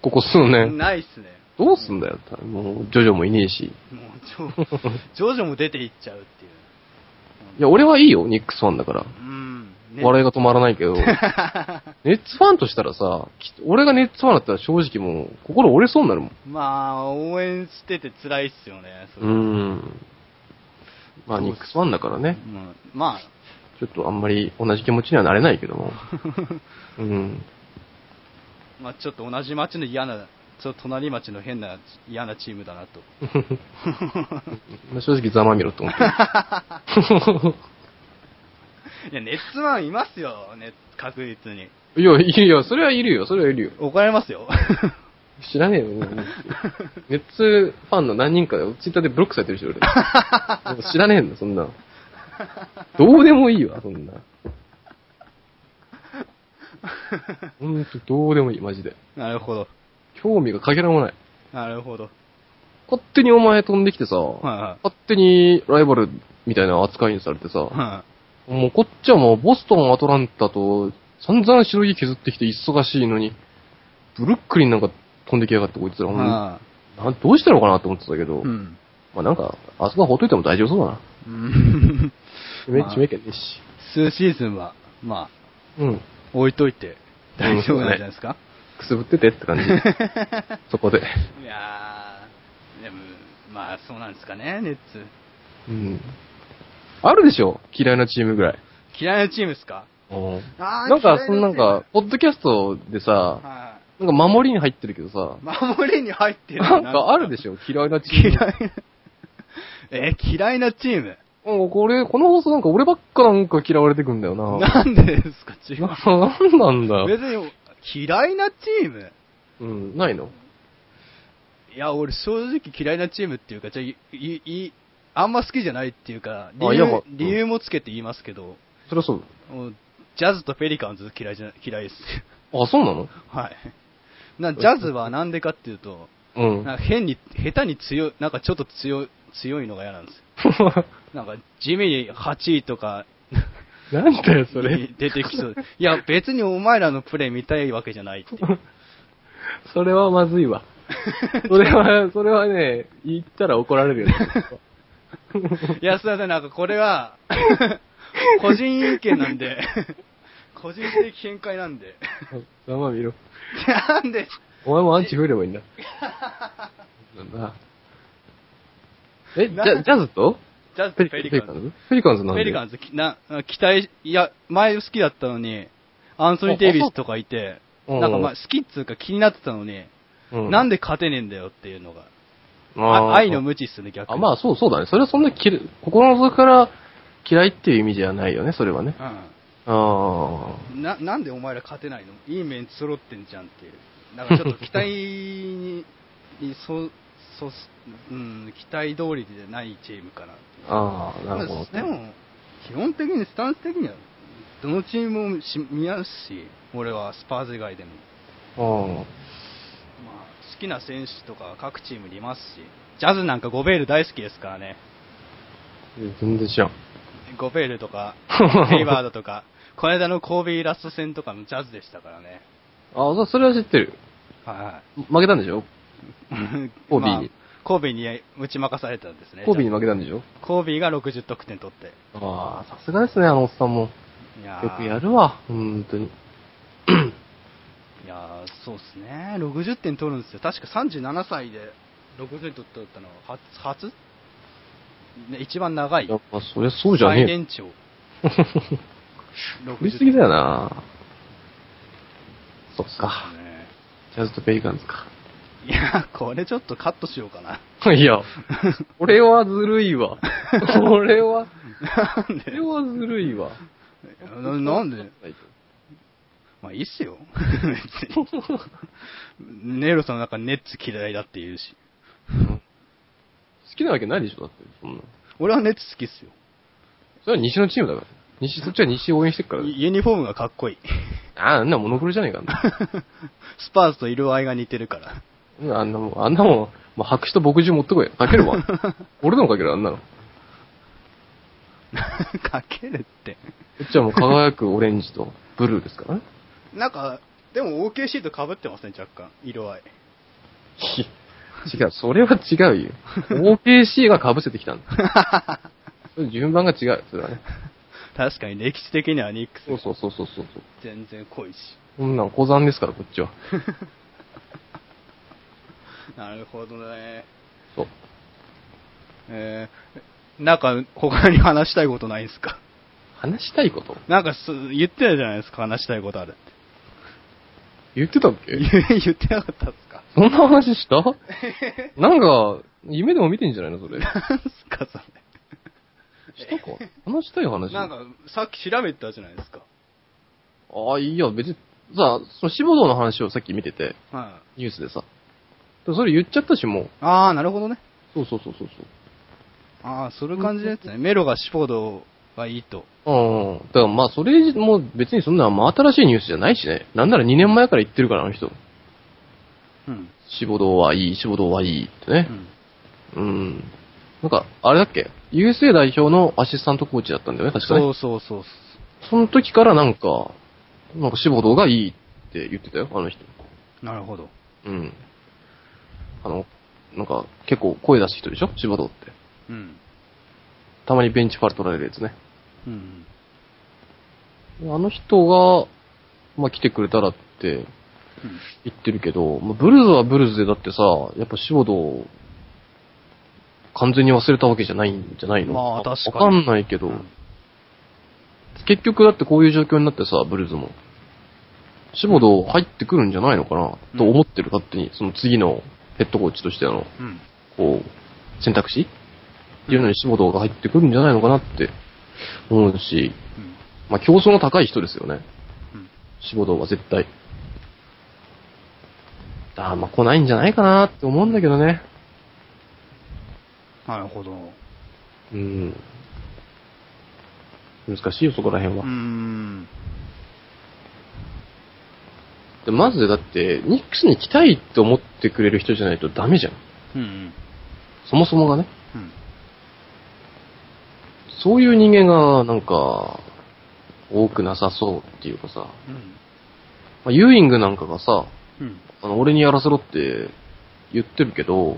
B: ここ数 [laughs] 年。
A: ないっすね。
B: どうすんだよ、もう、ジョジョもいねえし。
A: もう、ジョジョジョも出ていっちゃうっていう。
B: いや、俺はいいよ、ニックスファンだから。
A: うん。
B: 笑い
A: が。
B: が止まらないけど。ネッツファンとしたらさ、き俺がネッツファンだったら正直もう、心折れそうになるもん。
A: まあ、応援してて辛いっすよね。そうれ
B: ん。まあ、ニックスファンだからね。
A: うんまあ、
B: ちょっとあんまり同じ気持ちにはなれないけども。うん。
A: まあ、ちょっと同じ町の嫌な、ちょっと隣町の変な嫌なチームだなと。
B: まあ正直ざまみろと思ってる。
A: いや、ネッツマンいますよ、ね、確実に。
B: [laughs] いや、いやいや、それはいるよ、それはいるよ。
A: 怒られますよ。 [laughs]
B: 知らねえよ、ね、ネッツファンの何人かで、ツイッターでブロックされて
A: [laughs]
B: る人いる。俺知らねえんだ、そんなの。どうでもいいわ、そんな。ほんと、どうでもいい、マジで。
A: なるほど。
B: 興味がかけらもない。
A: なるほど。
B: 勝手にお前飛んできてさ、
A: は
B: 勝手にライバルみたいな扱いにされてさ
A: い、は
B: もうこっちはもうボストン、アトランタと散々白い削ってきて忙しいのに、ブルックリンなんか飛んできやがってこいつら、
A: い。
B: ほんな
A: は
B: どうしたのかなと思ってたけど、
A: い。うん。
B: まあなんか、あそこは放っといても大丈夫そうだな。
A: うん [laughs]
B: めっ
A: まあ
B: ちゃめけねえし。
A: 数シーズンは、ま
B: うん。
A: あ、置いといて大丈夫なんじゃないですか、
B: くすぶっててって感じ。 [laughs] そこで。
A: いやー、でも、まあ、そうなんですかね、ネッツ。
B: うん。あるでしょ嫌いなチームぐらい。
A: 嫌いなチームですかあー
B: な
A: 嫌いな
B: んか、
A: チーム
B: そのなんか、ポッドキャストでさ、
A: は
B: なんか守りに入ってるけどさ
A: い。、守りに入ってる
B: なんかあるでし
A: ょ
B: ょ嫌いなチーム。
A: 嫌いな、 [laughs] え、嫌いなチーム
B: なんかこれ、この放送なんか俺ばっかなんか嫌われてくんだよな。
A: なんでですか、違う。
B: なんなんだよ。
A: 別に、嫌いなチーム
B: うん、ないの
A: いや、俺正直嫌いなチームっていうか、じゃあいいいあんま好きじゃないっていうか、理
B: あい
A: 由
B: やまあうん
A: 理由もつけて言いますけど、
B: そりゃそう
A: もうジャズとペリカンズ嫌いじゃな嫌いです。
B: だ。あ、そうなの
A: [laughs] はい。なジャズはなんでかっていうと、
B: うん。 [laughs]
A: なんか変に、下手に強い、なんかちょっと強い強いのが嫌なんですよ。なんか地味に8位とか
B: なんだよ、 [laughs] それ
A: に。出てきそう。いや、別にお前らのプレー見たいわけじゃないっていう。
B: それはまずい [laughs] わ。それは、それはね、言ったら怒ら [laughs] れるよね。
A: [laughs] いや、すいません、なんかこれ
B: [laughs]
A: は、個人意見なんで、個人的見解なんで。
B: ざまあ見ろ。
A: なんで、
B: お前もアンチ増えればいいんだ。なんだ。え、じゃ、ジャズと
A: ジャズ
B: ペ
A: と
B: リ
A: ペリ
B: ペリ
A: カ
B: カ
A: ン
B: ン
A: ズ。
B: ズペリカンズなんで
A: ペリカンズ、きな、期待、いや、前好きだったのに、アンソニー・デイビスとかいて、
B: うん
A: なんかまあ好きっつうか気になってたのに、
B: うん
A: なんで勝てねえんだよっていうのが。
B: あー
A: あ愛の無知っすね、逆に。
B: あ、まあそうそうだね。それはそんなきれ、心の底から嫌いっていう意味じゃないよね、それはね。あ
A: うん。な、なんでお前ら勝てないのいい面揃ってんじゃんっていう。なんかちょっと期待に、にそ、そ、うん、期待通りでないチームかなっていう
B: あ、ああ、なるほど。
A: でも、基本的にスタンス的には、どのチームもし見合うし、俺はスパーズ以外でも、
B: うん、
A: まあ、きな選手とか各チームにいますし、ジャズなんかゴベール大好きですからね。
B: 全然知らん。
A: ゴベールと
B: [laughs]
A: か、ヘイワードとか、この間のコービーラスト戦とかもジャズでしたからね。
B: あ、そそれは知ってる。
A: は
B: 負けたんでしょ
A: いはい。 [laughs]
B: コービーに
A: まあコービーに打ち負かされたんですね。
B: コービーに負けたんでしょ
A: コービーが60得点取って。
B: ああ、さすがですね、あのおっさんも。
A: いやー
B: よくやるわ、本当に。
A: いやーそうですね、60点取るんですよ、確か37歳で60点取ったのは初、初ね、一番長い、
B: やっぱそりゃそうじゃね
A: 最
B: えよ。
A: 年
B: [laughs]
A: 長、
B: 振りすぎだ
A: よ、
B: よなそっか。
A: ね、
B: ジャズとペリカンズか。
A: いやー、これちょっとカットしようかな、 [laughs]
B: いや、俺はずるいわ。俺は、
A: なんで
B: 俺はずるいわ。
A: ななん
B: [laughs]
A: で、まあいいっすよ、 [laughs] 別にネイロさんなんかネッツ嫌いだって言うし、
B: 好きなわけないでしょ、だって。そんな。
A: 俺はネッツ好きっすよ、
B: それは西のチームだから。西、そっちは西応援してるから。
A: ユニフォームがかっこいい、 [laughs]
B: ああんなモノクロじゃねえかな。
A: スパーズと色合いが似てるから。 [laughs]
B: うんあんなもん、あんなもん、もう白紙と墨汁持ってこい。かける
A: [laughs]
B: わ。俺でもかける、あんなの。こ
A: かけるって。
B: っちはもう輝くオレンジとブルーで
A: [laughs]
B: すからね。
A: なんか、でも OKC と被ってますね、若干。色合い。
B: 違う、それは違うよ。OKC が被せてきたんだ。
A: [laughs]
B: それ順番が違う、それはね。
A: 確かに歴史的にはニック
B: そう
A: ス
B: そうそうそうそう。
A: 全然濃いし。
B: こんなん小山ですから、こっちは。
A: なるほどね。
B: そう。
A: えー、なんか他に話したいことないですか
B: 話したいこと
A: なんかす言ってたじゃないですか、話したいことあるって。
B: 言ってたっけ
A: 言 [laughs] 言ってなかったっすか
B: そんな話した
A: [laughs]
B: なんか、夢でも見てんじゃないのそれ。し
A: なんすか、そ [laughs]
B: たか話したい話
A: れ。なんか、さっき調べてたじゃないですか。
B: ああ、いや、別に、さ、その志望動の話をさっき見てて、
A: はい、
B: ニュースでさ。でそれ言っちゃったし、もう。
A: あー、なるほどね。
B: そうそうそうそう
A: ああ、そういう感じのやつね。メロがシフォードがいいと。
B: そう。うん。だからまあ、それも別にそんな真新しいニュースじゃないしね。なんなら2年前から言ってるから、あの人。
A: うん。
B: 志望動はいい、志望動はいいってね
A: う。ん
B: うん。なんか、あれだっけ ?USA 代表のアシスタントコーチだったんだよね、確かね
A: そ。うそうそう。
B: その時からなんか、なんか志望動がいいって言ってたよ、あの人。
A: なるほど。
B: うん。あの、なんか、結構声出す人でしょ志望動って。
A: うん。
B: たまにベンチファル取られるやつね。
A: うん。
B: あの人が、まあ、来てくれたらって言ってるけど、まあ、ブルーズはブルーズでだってさ、やっぱ志望動、完全に忘れたわけじゃないんじゃないの
A: まあ確かに
B: わかんないけど、
A: うん
B: 結局だってこういう状況になってさ、ブルーズも。志望動入ってくるんじゃないのかな、と思ってる勝手に、その次のヘッドコーチとしての、
A: うん。
B: こう、選択肢っていうのに志望動が入ってくるんじゃないのかなって思うし、
A: うん。
B: まあ競争の高い人ですよね。
A: うん。
B: 志望動は絶対。あーまあ来ないんじゃないかなって思うんだけどね。
A: なるほど。
B: うん。難しいよ、そこら辺
A: う
B: は。
A: ん。
B: でまずだって、ニックスに来たいと思ってくれる人じゃないとダメじゃん。
A: うん。
B: そもそもがね。
A: うん。
B: そういう人間が、なんか、多くなさそうっていうかさ、
A: うん。
B: まあ、ユーイングなんかがさ、
A: うん。
B: あの、俺にやらせろって言ってるけど、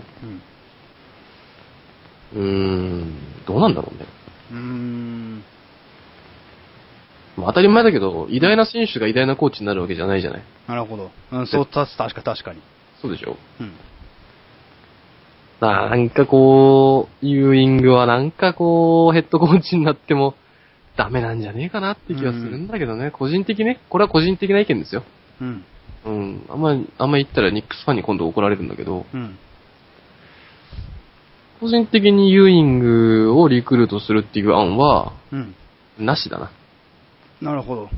A: うん。
B: うーん、どうなんだろうね。
A: うん。
B: まあ、当たり前だけど、偉大な選手が偉大なコーチになるわけじゃないじゃない。
A: なるほど。うん、そう、たす、確か、確かに。
B: そうでしょ
A: うん。
B: なんかこう、ユーイングはなんかこう、ヘッドコーチになっても、ダメなんじゃねえかなって気がするんだけどね。個人的ね。これは個人的な意見ですよ。
A: うん。
B: うん。あんま、あんま言ったらニックスファンに今度怒られるんだけど、
A: うん。
B: 個人的にユーイングをリクルートするっていう案は、
A: うん。
B: なしだな。
A: なるほど。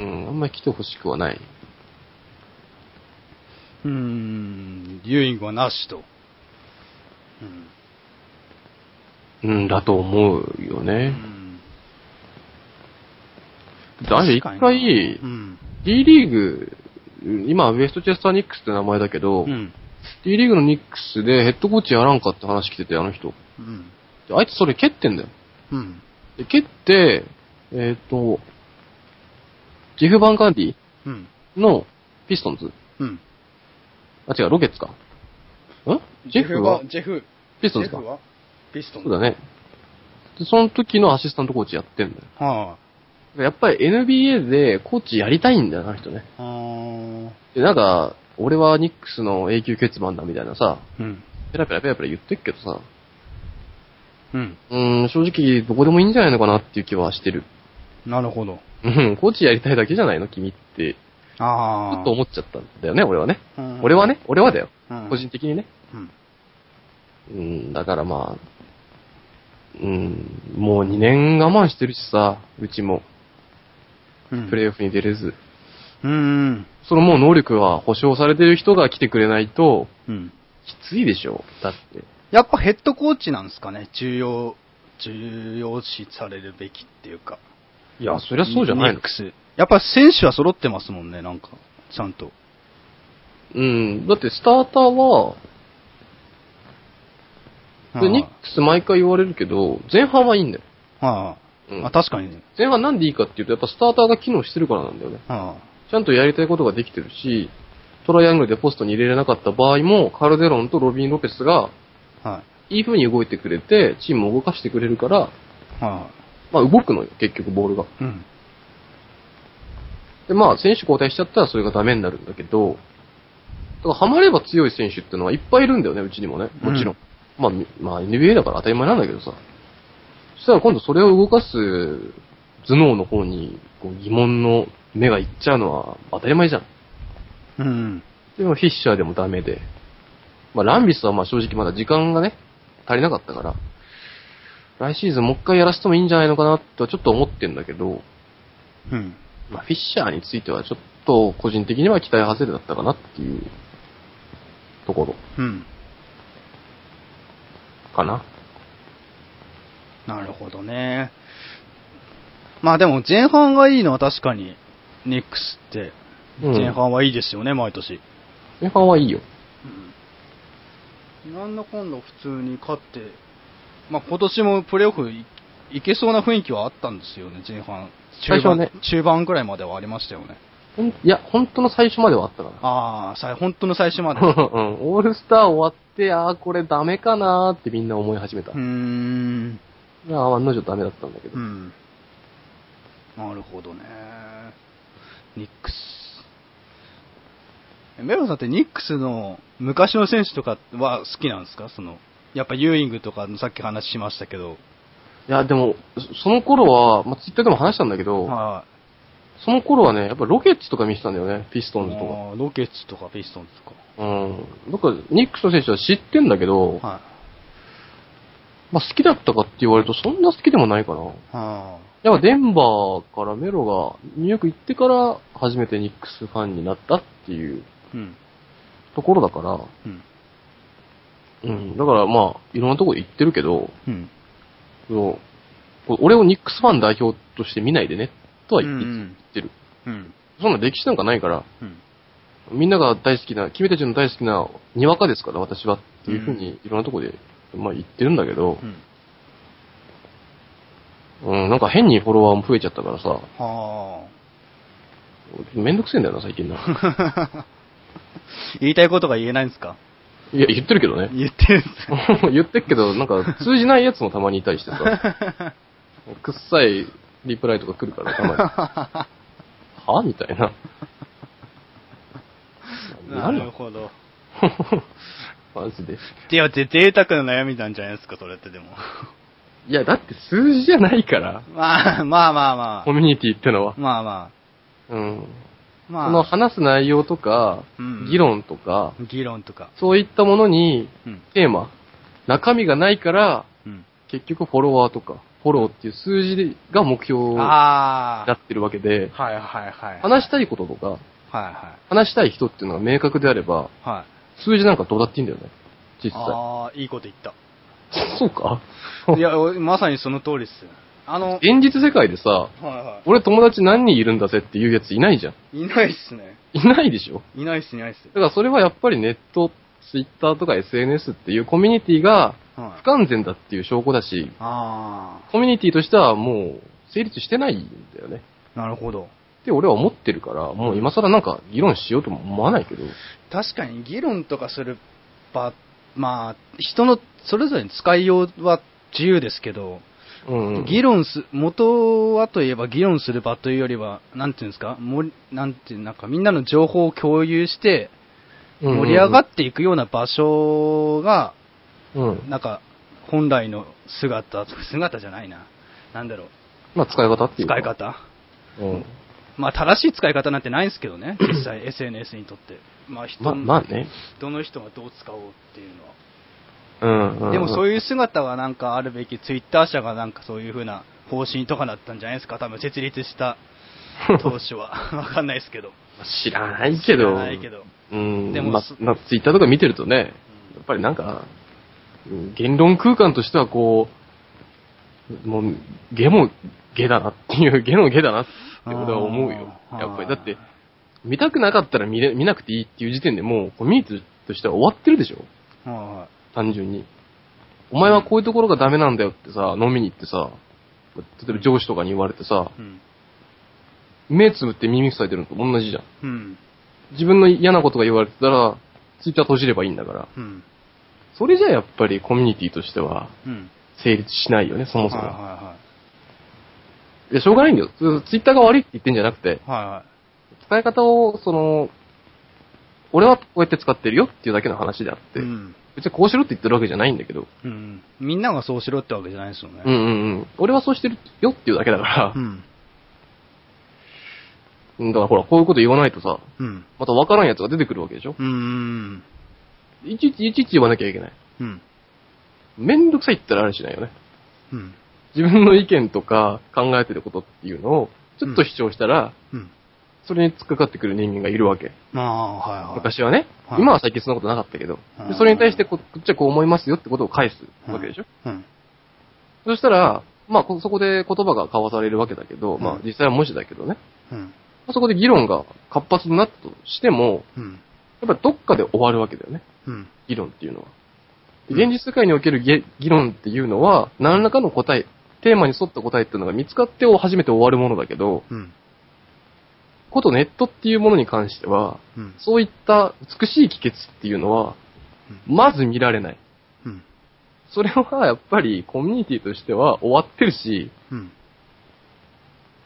B: うん。あんまり来てほしくはない。
A: うん。ユーイングはなしと。うん。
B: うんだと思うよ
A: う
B: ね。
A: ん。
B: だい一回、
A: うん。
B: D リーグ、今、ウエストチェスターニックスって名前だけど、
A: うん。
B: D リーグのニックスでヘッドコーチやらんかって話来てて、あの人。
A: うん。
B: であいつそれ蹴ってんだよ。
A: うん。
B: で、蹴って、えっ、と、ジェフ・バンカンディ
A: うん。
B: のピストンズ。
A: うん。
B: あ、違う、ロケッツか。んジェフは
C: ジェフ。
B: ピストンズ
C: ジ
B: か
C: ェ。フはピストン
B: そ
C: ズ。
B: うだね。で、その時のアシスタントコーチやってんだよ。
A: は
B: やっぱり NBA でコーチやりたいんだよな、あの人ね。
A: あ。あー
B: で、なんか、俺はニックスの永久欠番だみたいなさ、
A: うん。
B: ペラペラペラペラ言ってっけどさ、
A: うん。
B: うーん、正直どこでもいいんじゃないのかなっていう気はしてる。
A: なるほど。
B: うん、コーチやりたいだけじゃないの君って、ち
A: ああ。
B: ょっと思っちゃったんだよね、俺はね。
A: うん
B: 俺はね、俺はだよ。
A: うん
B: 個人的にね。
A: うん。
B: うん、だからまあ、うん、もう2年我慢してるしさ、うちも、
A: うん。
B: プレイオフに出れず。
A: うん。
B: そのもう能力は保証されてる人が来てくれないと、
A: うん。
B: きついでしょ。だって。
A: やっぱヘッドコーチなんですかね、重要、重要視されるべきっていうか。
B: いや、そりゃそうじゃない
A: ニ
B: の
A: ック。ス。やっぱ選手は揃ってますもんね、なんか、ちゃんと。
B: うん。だってスターターは、でニックス毎回言われるけど、前半はいいんだよ。
A: は
B: う
A: い。
B: ん
A: あ、確かにね。
B: 前半なんでいいかっていうと、やっぱスターターが機能してるからなんだよね。
A: は
B: ちゃんとやりたいことができてるし、トライアングルでポストに入れれなかった場合も、カルデロンとロビン・ロペスが、
A: い。はい
B: い風に動いてくれて、チームを動かしてくれるから、
A: い。は
B: まあ動くのよ、結局ボールが。
A: い。うん。
B: で、まあ、選手交代しちゃったらそれがダメになるんだけど、だから、ハマれば強い選手ってのはいっぱいいるんだよね、うちにもね。もちろん。まあ、みまあ、NBA だから当たり前なんだけどさ。そしたら今度それを動かす頭脳の方にこう疑問の目がいっちゃうのは当たり前じゃん。
A: うん。
B: でも、フィッシャーでもダメで。まあ、ランビスはまあ正直まだ時間がね、足りなかったから、来シーズンもう一回やらせてもいいんじゃないのかなとはちょっと思ってんだけど、
A: うん。
B: まあ、フィッシャーについてはちょっと個人的には期待外れだったかなっていうところ
A: うん。
B: かな。
A: なるほどね。まあでも前半がいいのは確かに、ニックスって、
B: うん
A: 前半はいいですよね、毎年。
B: 前半はいいよ。
A: なんだかんだ普通に勝って、まあ今年もプレーオフいいけそうな雰囲気はあったんですよね、前半。
B: 最初はね
A: 中盤ぐらいまではありましたよね。
B: ほんいや、本当の最初まではあったかな。
A: ああ、さい本当の最初まで。
B: う、
A: うん
B: オールスター終わって、ああ、これダメかなーってみんな思い [laughs] 始めた。
A: ーん。
B: ああ、案の定ダメだったんだけど。
A: うん。なるほどね。ニックス。えメロさんってニックスの昔の選手とかは好きなんですかその、やっぱユーイングとかのさっき話しましたけど。
B: いや、でも、そその頃は、まあ、ツイッターでも話したんだけど、
A: は
B: その頃はね、やっぱロケッツとか見てたんだよね、ピス
A: い。
B: トンズとか。
A: あーロケッツとかピストンズとか。
B: うん。だから、ニックスの選手は知ってんだけど、
A: はい。
B: まあ、好きだったかって言われると、そんな好きでもないかな。
A: あ
B: やっぱデンバーからメロがニューヨーク行ってから初めてニックスファンになったっていう
A: ーうん。
B: ところだから、
A: うん。
B: うん、だからまあ、いろんなとこ行ってるけど、
A: うん。
B: そのこう俺をニックスファン代表として見ないでね、とは言って,、
A: うんうん
B: る。
A: うん。
B: そんな歴史なんかないから、
A: うん。
B: みんなが大好きな、君たちの大好きなにわかですから、私はっていうふうにいろんなとこで、まあ言ってるんだけど
A: う、ん。
B: うん、なんか変にフォロワーも増えちゃったからさ、
A: は
B: めんどくせえんだよな、最近な。 [laughs]
A: あ。 [laughs] 言いたいことが言えないんですか
B: いや、言ってるけどね。 [laughs]
A: 言ってるんですか
B: 言ってっけど、なんか通じないやつもたまにいたりしてさ、 [laughs] くっさいリプライとか来るから、たまに。 [laughs] はみたいな。
A: なる
B: ど。
A: ほど。
B: [laughs] マジで。
A: いや、ぜ贅沢な悩みなんじゃないですか、それってでも。
B: いや、だって数字じゃないから、
A: [laughs] まあ、まあまあま
B: コミュニティってのは
A: あ。。まあま
B: うん。
A: あ。
B: その
A: ま
B: 話す内容とか、
A: うん
B: 議論とか、
A: あ、議論とか。
B: そういったものに、
A: うん。
B: テーマ、中身がないから、
A: うん。
B: 結局フォロワーとか、フォローっていう数字が目標にな
A: ああ。
B: ってるわけで、
A: はいはいはい。。
B: 話したたいこととか、
A: はいは
B: 話したい人っていうのが明確であれば、
A: い。はい。
B: 数字なんかどうだっていいんだよね。実際。
A: ああ、いいこと言った。
B: そうか
A: いや、おまさにその通りっす。あの、
B: [laughs] 現実世界でさ、
A: はいは
B: 俺友達何人いるんだぜっていうやついないじゃん。
A: い。いないっすね。
B: いないでしょ
A: いないっす、いないっす。
B: だからそれはやっぱりネットツイッターとか SNS っていうコミュニティが
C: は
B: 不
C: い。
B: 完全だっていう証拠だし、
C: あ
B: コミュニティとしてはもう成立してないんだよね。
C: あ、なるほど。
B: って俺は思ってるから、もう今更なんか議論しようとも思わないけど、
A: 確かに議論とかする場、まあ、人のそれぞれに使いようは自由ですけど、
B: うんうん、
A: 議論す、元はといえば議論する場というよりは、なんていうんですか、もりなんていう、なんかみんなの情報を共有して、盛り上がっ
B: っ、
A: ていくような場所が、
B: うん、
A: なんか、本来の姿、姿じゃないな。なんだろう、
B: まあ使い方っていうか。
A: 使い。方。
B: うん。
A: まあ、正しい使い方なんてないんですけど
B: [laughs]
A: ね、実際、SNS にとって。まあ、人
B: まあ、
A: の
B: まあね。
A: どの人がどう使おうっていうのは。
B: うん、うん。
A: でもそう
B: う
A: いう姿はなんかあるべき、ツイッター社がなんかそういう風な方針とかだったんじゃないですか、多分設立した当初は。わかんないですけど。
B: 知らないけど。
A: 知らないけど。
B: うん。
A: でも
B: まあ
A: そ、
B: なツイッターとか見てるとね、やっぱりなんか、うん言論空間としてはこう、もう、ゲもゲだなっていう、 [laughs] ゲのゲだなってことは思うよ。
A: あー
B: やっぱり。
A: はい
B: だって、見たくなかったら見れ見なくていいっていう時点でもう、コミュニティとしては終わってるでしょ
A: は
B: 単純に。お前はこういうところがダメなんだよってさ、飲みに行ってさ、例えば上司とかに言われてさ
A: い。、うん。
B: 目つぶって耳塞いでるのと同じじゃん。
A: うん。
B: 自分の嫌なことが言われてたら、ツイッター閉じればいいんだから。
A: うん。
B: それじゃやっぱりコミュニティとしては
A: うん。
B: 成立しないよね、そもそ
A: はい
B: も。
A: はい
B: い
A: は
B: や、しょうがないんだよ。つツイッターが悪いって言ってんじゃなくて、
A: い。はいはい。
B: 使い方を、その、俺はこうやって使ってるよっていうだけの話であって、
A: うん。
B: 別にこうしろって言ってるわけじゃないんだけど、
A: うん。みんながそうしろってわけじゃないですよね。
B: うんうんうん。俺はそうしてるよっていうだけだか
A: [laughs]
B: ら
A: う、ん。
B: うんだからほら、こういうこと言わないとさ、
A: うん。
B: また分からんやつが出てくるわけでしょ
A: うん。うん。
B: いちいち、いちいち言わなきゃいけない。
A: うん。
B: めんどくさいって言ったらあれしないよね。
A: うん。
B: 自分の意見とか考えてることっていうのを、ちょっと主張したら、
A: うん。
B: それに突っかかってくる人間がいるわけ。
A: まあ、はいはい。
B: 昔はね、
A: はい
B: 今は最近そんなことなかったけど、
A: うん
B: でそれに対してここっちはこう思いますよってことを返すわけでしょ、
A: うん。
B: そしたら、まあこそこで言葉が交わされるわけだけど、
A: うん
B: まあ実際は文字だけどね、
A: うん。
B: まあそこで議論が活発になったとしても、
A: うん。
B: やっぱりどっかで終わるわけだよね、
A: うん。
B: 議論っていうのは。
A: う
B: で
A: ん
B: 現実世界における議議論っていうのは、何らかの答え、テーマに沿った答えっていうのが見つかって初めて終わるものだけど、
A: うん。
B: ことネットっていうものに関しては、
A: うん。
B: そういった美しい帰結っていうのは、まず見られない。
A: うん。
B: それはやっぱりコミュニティとしては終わってるし、
A: うん。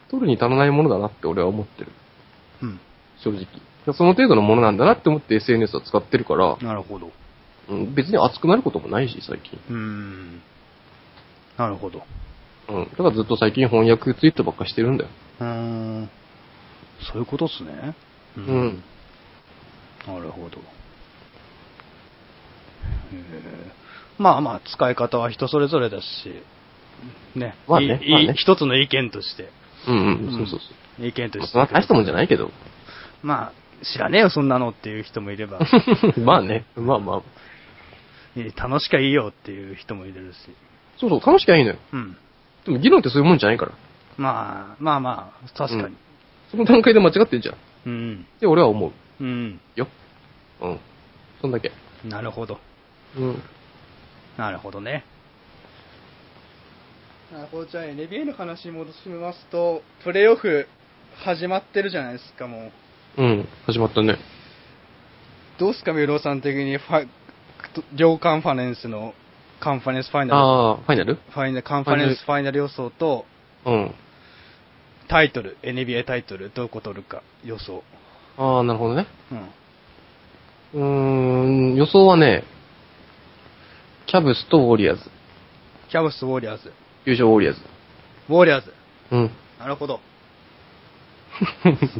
B: 取るに足らないものだなって俺は思ってる。
A: うん。
B: 正直。その程度のものなんだなって思って SNS は使ってるから、
A: なるほど。
B: うん、別に熱くなることもないし、最近。
A: うーん。なるほど。
B: うん。だからずっと最近翻訳ツイートばっかしてるんだよ。
A: うーん。そういうことっすね。う
B: うん。
A: なるほど。えーまあまあ、使い方は人それぞれだし、ね。
B: まあね
A: いい
B: まあね
A: 一つの意見として。
B: うんうん、
A: うん
B: そうそう
A: 意見と
B: そう。
A: し
B: そんな
A: て。
B: 大したもんじゃないけど。 [laughs]
A: まあ、知らねえよ、そんなのっていう人もいれ
B: [laughs]
A: ば、
B: まあね。まあまあ。
A: いや楽しきゃいいよっていう人もいるし。
B: そうそう、楽しきゃいいのよ。
A: うん。
B: でも議論ってそういうもんじゃないから。
A: まあ、まあまあ、確かに。
B: その段階で間違ってんじゃん。っ
A: うん。
B: て俺は思う。
A: うん。
B: よ。うん。そんだけ。
A: なるほど。
B: うん。
A: なるほどね。
C: なるほど、じゃあ NBA の話に戻しますと、プレーオフ始まってるじゃないですか、もう。
B: うん。始まったね。
C: どうすか、ミューローさん的にファ、両カンファレンスのカンファレンスファイナ
B: ああ、ファイナル
C: ル、ファイナルカンファレンスファイナル予想と、
B: うん。
C: タイトル、NBA タイトル、どうこ取るか予想。
B: ああ、なるほどね。
C: うん。
B: うーん、予想はね、キャブスとウォリアーズ。
C: キャブス、ウォリアーズ。
B: 優勝ウォリアーズ。
C: ウォリアーズ。
B: うん。 [laughs]
C: なるほど。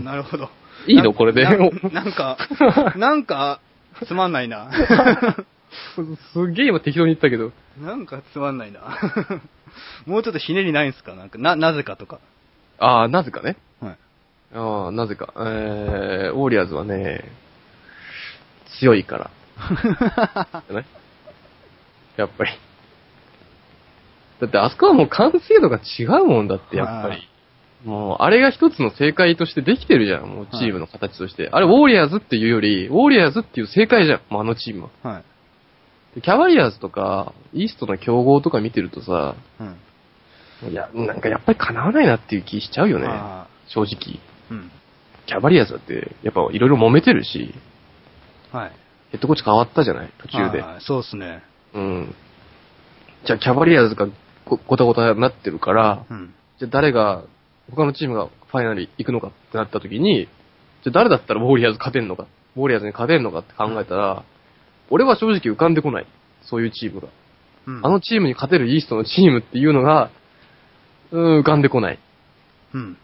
C: なるほど。
B: いいのこれで。 [laughs]
C: な
B: お
C: なんか、 [laughs] なんか、つまんないな。
B: すげえ今適当に言ったけど。
C: なんかつまんない
A: [laughs]
C: な。もうちょっとひねりないんすかなんか、な、なぜかとか。
B: ああ、なぜかね。 [laughs]
C: はい。
B: ああ、なぜか。えー、ウォリアーズはね、強いから。じゃないやっぱり。だってあそこはもう完成度が違うもんだって、やっぱ
C: は
B: り
C: い。
B: もう、あれが一つの正解としてできてるじゃん、もうチームの形として。あれ、ウォーリアーズっていうより、ウォーリアーズっていう正解じゃん、もうあのチームは。
A: はい。
B: でキャバリアーズとか、イーストの競合とか見てるとさ、
A: うん。
B: いや、なんかやっぱり叶わないなっていう気しちゃうよね、
A: あ
B: 正直。
A: ーうん。
B: キャバリアーズだって、やっぱいろいろ揉めてるし、
A: はい。
B: ヘッドコーチ変わったじゃない、途中で。
A: あーそうですね。
B: うん。じゃあ、キャバリアーズがごごたごたになってるから、
A: うん。
B: じゃあ誰が、他のチームがファイナル行くのかってなった時に、じゃあ誰だったらウォーリアーズ勝てんのか、ウォーリアーズに勝てんのかって考えたら、俺は正直浮かんでこない。そういうチームが。
A: うん
B: あの、チームに勝てるイーストのチームっていうのが、うーん、浮かんでこない。
A: うん。
B: だ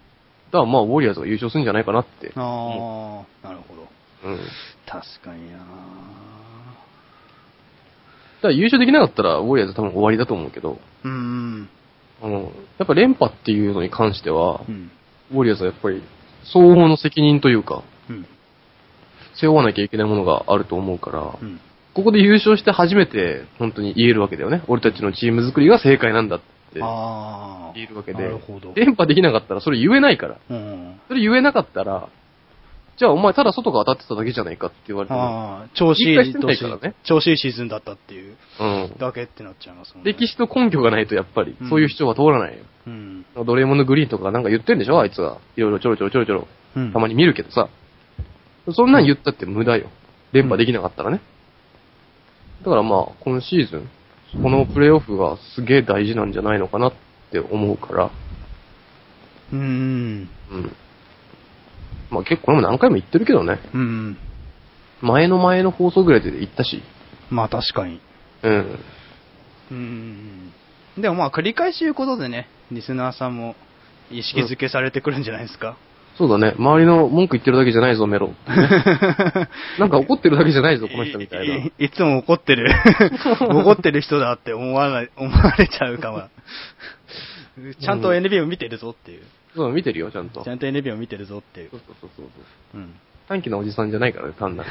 B: からまあ、ウォーリアーズが優勝するんじゃないかなって。
A: ああ、なるほど。
B: うん。だ
A: 確かにな
B: から優勝できなかったら、ウォーリアーズ多分終わりだと思うけど、
A: うん。
B: あの、やっぱ連覇っていうのに関しては、
A: うん。
B: ウォーリアーズはやっぱり、相応の責任というか、
A: うん。
B: 背負わなきゃいけないものがあると思うから、
A: うん。
B: ここで優勝して初めて、本当に言えるわけだよね。俺たちのチーム作りが正解なんだって
A: ああ。
B: 言えるわけ
A: な
B: で
A: るほど。
B: 連覇できなかったら、それ言えないから。
A: うん。
B: それ言えなかったら、じゃあお前ただ外が当たってただけじゃないかって言われても、
A: ああ、調子いい
B: 一回してみないからね
A: 調子いいシーズンだったっていう
B: うん。
A: だけってなっちゃいますもんね。
B: 歴史と根拠がないとやっぱり
A: うん、
B: そういう主張は通らないよ。
A: うん。
B: ドレーモンド・グリーンとかなんか言ってんでしょあいつが。いろいろちょろちょろちょろちょろ。
A: うん。
B: たま
A: に。
B: に見るけどさ。そんなん言ったって無駄よ。連覇できなかったらね。だからまあ、今シーズン、このプレイオフがすげえ大事なんじゃないのかなって思うから、
A: うん。
B: うん。まあ結構これも何回も言ってるけどね。
A: うん。
B: 前の前の放送ぐらいで言ったし。
A: まあ確かに。
B: うん。
A: うん。でもまあ繰り返し言うことでね、リスナーさんも意識づけされてくるんじゃないですか。
B: そうだね。周りの文句言ってるだけじゃないぞ、メロ。なんか怒ってるだけじゃないぞ、この人みた
A: [laughs]
B: いな。
A: いいつも怒
B: [laughs]
A: ってる、怒ってる人だって思わない、 [laughs] 思われちゃうかも。ちゃんと NBA を見てるぞっていう。
B: そう、見てるよ、ちゃんと。
A: ち
B: そ
A: ゃ
B: うん
A: と NBA を見てるぞっていう
B: そ。うそうそう。
A: うん。 [laughs]
B: 短期なおじさんじゃないからね、単なる。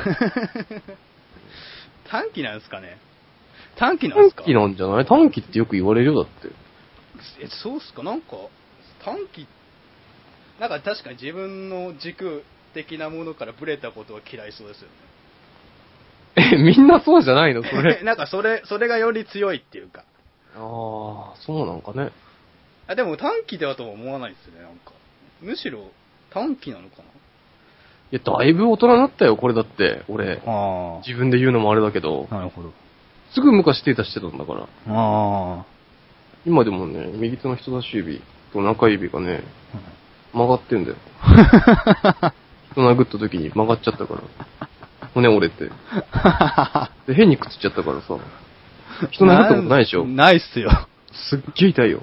A: 短期なんですかね [laughs] 短期なんで
B: 短
A: すか
B: 期なんじゃない短期ってよく言われるよ、だって。
A: え、そうっすかなんか、短期、なんか確かに自分の軸的なものからブレたことは嫌いそうですよね。
B: え、みんなそうじゃないのそれ。
A: [laughs] なんかそれ、それがより強いっていうか。
B: ああ、そうなんかね。
A: あ、でも短期ではとは思わないですね、なんか。むしろ短期なのかない
B: や、だいぶ大人になったよ、これだって、俺。
A: あ
B: 自分で言うのもあれだけど、
A: なるほど。
B: すぐ昔手出してたんだから。
A: あ [laughs]
B: 今でもね、右手の人差し指と中指がね、曲がってんだよ。人殴った時に曲がっちゃったから。骨折れて。で、変にくっついちゃったからさ。人殴ったことないでしょ
A: ないっすよ。
B: すっげえ痛い [laughs] よ。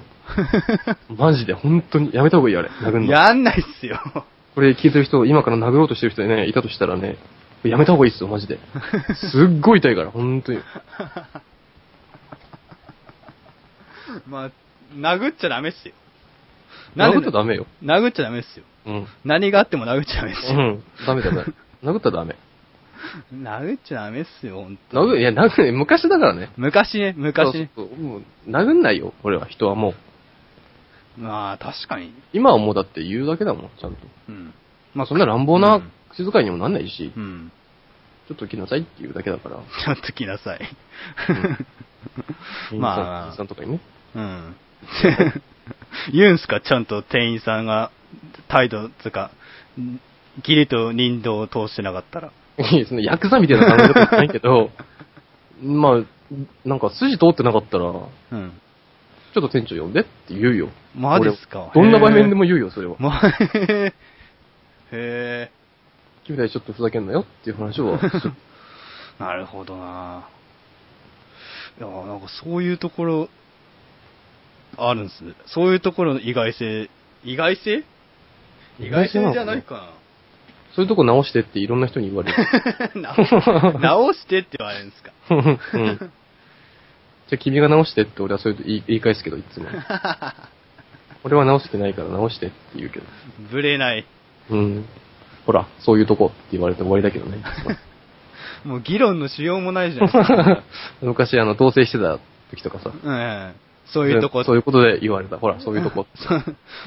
B: マジで、本当に。やめた方がいい、あれ。殴るの。
A: やんないっすよ。 [laughs]
B: これ聞いてる人、今から殴ろうとしてる人ね、いたとしたらね、やめた方がいいっすよ、マ
A: [laughs]
B: ジで。すっごい痛いから、本当に。
A: まあ、殴っちゃダメっすよ。なんで
B: 殴ったらダメよ。
A: 殴っちゃダメっすよ。
B: うん。
A: 何があっても殴っちゃダメっす
B: う
A: よ。
B: ん。ダメダメ。殴ったらダメ。
A: 殴っちゃダメっすよ、ほんと。
B: 殴る、いや、殴る、昔だからね。
A: 昔ね、昔ね。
B: そうそうもう殴んないよ、俺は、人はもう。
A: まあ、確かに。
B: 今はもうだって言うだけだもん、ちゃんと。
A: うん。
B: まあそんな乱暴な静かにもなんないし、
A: うん。
B: ちょっと来なさいって言うだけだから。
A: ちょっと来なさい。まあ
B: 店員さんとかにね。 [laughs]
A: うん。 [laughs] 言うんすかちゃんと店員さんが態度、つか、ギリと人道を通してなかったら。
B: いやそのヤクザみたいな考え方じゃないけ
A: [laughs]
B: ど、まあ、なんか筋通ってなかったら、
A: うん。
B: ちょっと店長呼んでって言うよ。
A: マジっすか
B: 俺どんな場面でも言うよ、それは。
A: ま、へえ。へ
B: 君たちちょっとふざけんなよっていう話をする。
A: え。なるほどな。いや、なんかそういうところ、あるんすね。そういうところの意外性。意外性意外性じゃないか
B: そういうとこ直してっていろんな人に言われる。
A: [laughs] な。直直してって言われるんですか。
B: うんじゃあ君が直してって俺はそれと言い言い返すけど、いつも。俺は直してないから直してって言うけど。
A: ぶれない。
B: うん。ほら、そういうとこって言われて終わりだけどね。 [laughs]
A: もう議論のしようもないじゃん。
B: 昔、あの、同棲してた時とかさ、 [laughs]
A: うん。そういうとこ。
B: そういうことで言われた。ほら、そういうとこ。
A: そう [laughs] も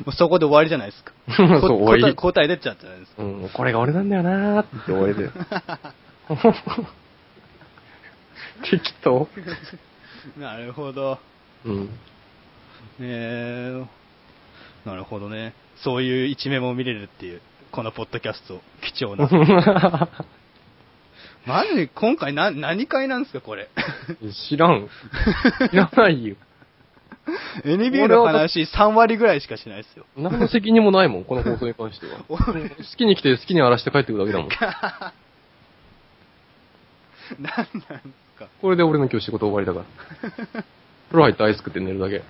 A: うそこで終わりじゃないですか。
B: [laughs] そう、
A: こ
B: 終わ
A: 答
B: り。
A: え答え出ちゃったじゃないですか。
B: うん、これが俺なんだよなーって終わりで。適当。
A: なるほど。
B: うん。
A: えー、なるほどね。そういう一面も見れるっていう、このポッドキャスト、貴重な。マジで今回な、何回なんですか、これ。
B: 知らん。知らないよ。
A: NBA の話3割ぐらいしかしないですよ。 [laughs]
B: 何の責任もないもん、この放送に関しては。好
A: 俺、
B: きに来て好きに荒らして帰ってくるだけだもん。
A: 何なんですか。
B: これで俺の今日仕事終わりだから。風呂入ってアイス食って寝るだけ。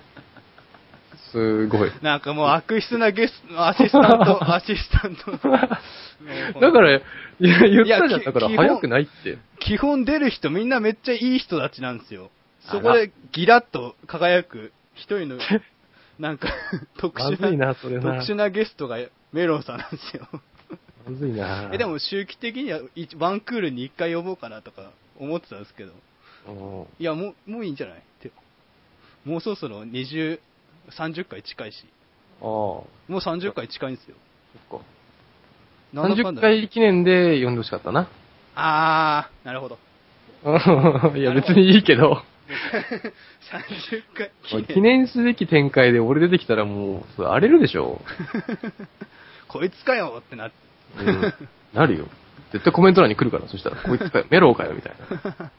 B: すごい。
A: なんかもう悪質なゲスト、アシスタント、アシスタント。
B: だから、いや言ったじゃん。
A: き
B: だから
A: 基本
B: 早くないって。
A: 基本出る人みんなめっちゃいい人たちなんですよ。そ
B: あ
A: こ
B: ら
A: でギラッと輝く一人
B: [laughs]
A: の、なんか特
B: ま
A: 殊
B: ずい
A: な
B: な、それな。
A: 特殊なゲストがメロンさんなんですよ。
B: まずいな。
A: え、でも周期的には一ワンクールに一回呼ぼうかなとか思ってたんですけど、
B: うん、
A: いや、もう、もういいんじゃないって。もうそろそろ20、30回近いし、
B: ああ。
A: もう30回近いんですよ。
B: そっか。
A: なんだかん
B: 30
A: だ
B: 回記念で読んでほしかったな。
A: あー、なるほど。
B: [laughs]
A: [laughs]
B: いや、別にいいけど。
A: 30回
B: 記念すべき展開で俺出てきたらもう、それ荒れるでしょ。
A: こいつかよってなって。
B: うん。なるよ。絶対コメント欄に来るから、そしたら、こいつかよ、メロウかよ、みたいな。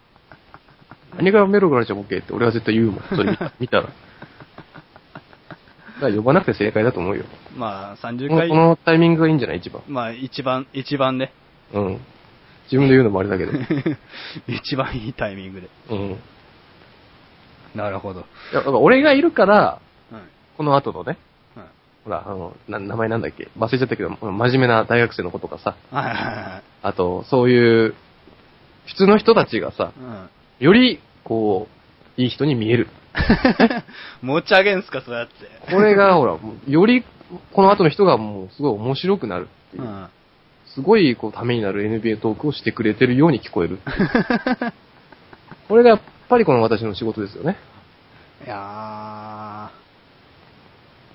B: 何がメロウからじゃボケって俺は絶対言うもん。それ見た見たら。だから呼ばなくて正解だと思うよ。
A: まあ、
B: こ
A: 30
B: の
A: 回
B: こ、のタイミングがいいんじゃない一番。
A: まあ、一番、一番ね。 [laughs]
B: うん。自分で言うのもあれだけど。
A: 一番いいタイミングで。
B: うん。いや、
A: なるほど。
B: だから俺がいるから、
A: はい。
B: この後のね、
A: はい。
B: ほら、あの、な名前なんだっけ忘れちゃったけど、真面目な大学生の子とかさ、
A: はいは
B: あと、そういう、普通の人たちがさ
A: い、はい。
B: より、こう、いい人に見える。
A: うん。持ち上げんすか、そうやって。
B: これが、ほら、もうより、この後の人がもう、すごい面白くなるっていうう。
A: ん。
B: すごい、こう、ためになる NBA トークをしてくれてるように聞こえるっていう。これが、やっぱりこの私の仕事ですよね。
A: いや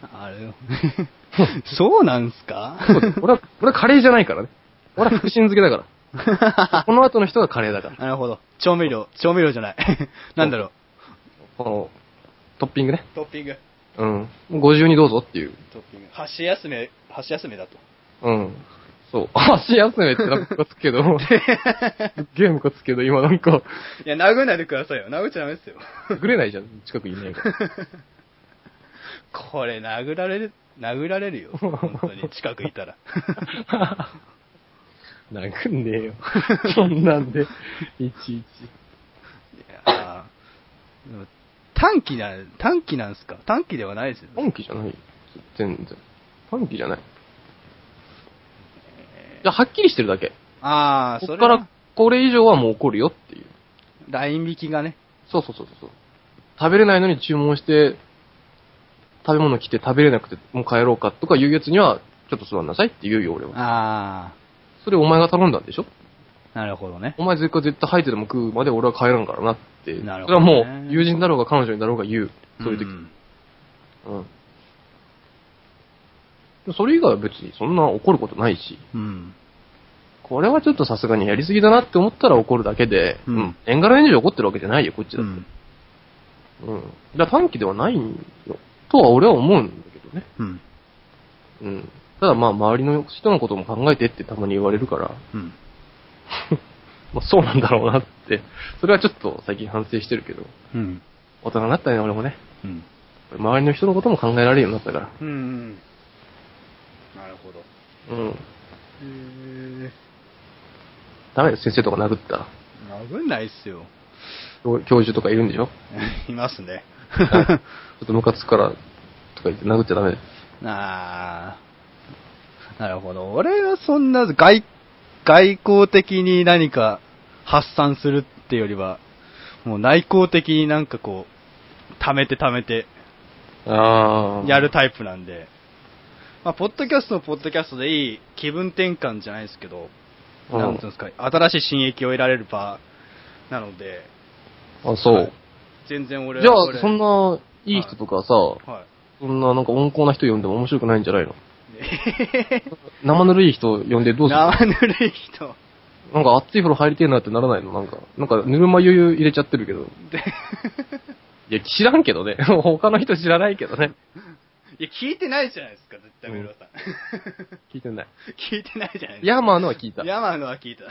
A: ー。あれ、そうなんすか
B: そうです俺は、俺はカレーじゃないからね。俺は福神漬けだから。この後の人がカレーだから。
A: なるほど。調味料、調味料じゃない。なんだろう。
B: この、トッピングね。
A: トッピング。
B: うん。ご自由にどうぞっていう。
A: トッピング。箸休め、箸休めだと。
B: うん。そう。 [laughs] 足休めってなんかムカつくけ [laughs] ど。すっげえムカつくけど、今なんか、
A: いや、殴んないでくださいよ。殴っちゃダメですよ。
B: ぐれないじゃん。近くいないから。
A: これ、殴られる、殴られるよ。本当に、近くいたら。
B: [laughs] 殴んねえよ。そんなんで、いちいち。
A: いやーでも短期な、短期なんすか短期ではないですよ。
B: 短期じゃない。全然。短期じゃない。いや、はっきりしてるだけ。
A: ああ、
B: こ
A: そ
B: っ
A: れ
B: か
A: は
B: ら、これ以上はもう怒るよっていう。
A: ライン引きがね。
B: そうそうそうそう。食べれないのに注文して、食べ物来て食べれなくて、もう帰ろうかとか言うやつには、ちょっと座んなさいって言うよ、俺は。
A: あ
B: それお前が頼んだんでしょ
A: あ、なるほどね。
B: お前絶対絶対入ってでも食うまで俺は帰らんからなって。
A: なる
B: そ
A: ほ
B: れは
A: どね
B: もう友人だろうが彼女にだろうが言う。そういう時。
A: ん
B: うん。それ以外は別にそんな怒ることないし、
A: うん。
B: これはちょっとさすがにやりすぎだなって思ったら怒るだけで、
A: うん
B: 年がら年中怒ってるわけじゃないよ、こっちだ
A: う
B: って。
A: ん。
B: うん。だから短期ではないよ、とは俺は思うんだけどね。
A: うん。
B: うん。ただまあ、周りの人のことも考えてってたまに言われるから、
A: うん。
B: まあそうなんだろうなって。それはちょっと最近反省してるけど、
A: うん。
B: 大人になったね、俺もね。
A: うん。
B: 周りの人のことも考えられるようになったから。
A: うんうん。なるほど。
B: うん。
A: えー、
B: ダメです、先生とか殴ったら。
A: 殴んないっすよ。
B: 教教授とかいるんでしょ
A: いますね。
B: はいちょっとムカつくから、とか言って殴っちゃダメです。
A: あーなるほど。俺はそんな外、外交的に何か発散するってよりは、もう内向的になんかこう、貯めて貯めて
B: あ
A: やるタイプなんで、まあ、ポッドキャストもポッドキャストでいい気分転換じゃないですけど、
B: うん
A: なんていうんですか、新しい刺激を得られる場なので、
B: あ、そう。
A: 全然俺
B: じゃ
A: はこれ
B: あ、そんな、いい人とかさ、
A: はい。
B: そんななんか温厚な人呼んでも面白くないんじゃない [laughs] の生ぬるい人呼んでどうする
A: 生ぬるい人。
B: なんか熱い風呂入りてえなってならないのなんか、なんかぬるま湯入れちゃってるけど。いや、知らんけどね。 [laughs] 他の人知らないけどね。
A: いや、聞いてないじゃないですか、絶対、メロさん。
B: 聞いてない。
A: [laughs] 聞いてないじゃないですか。
B: ヤーマーのは聞いた。
A: 山のは聞いた。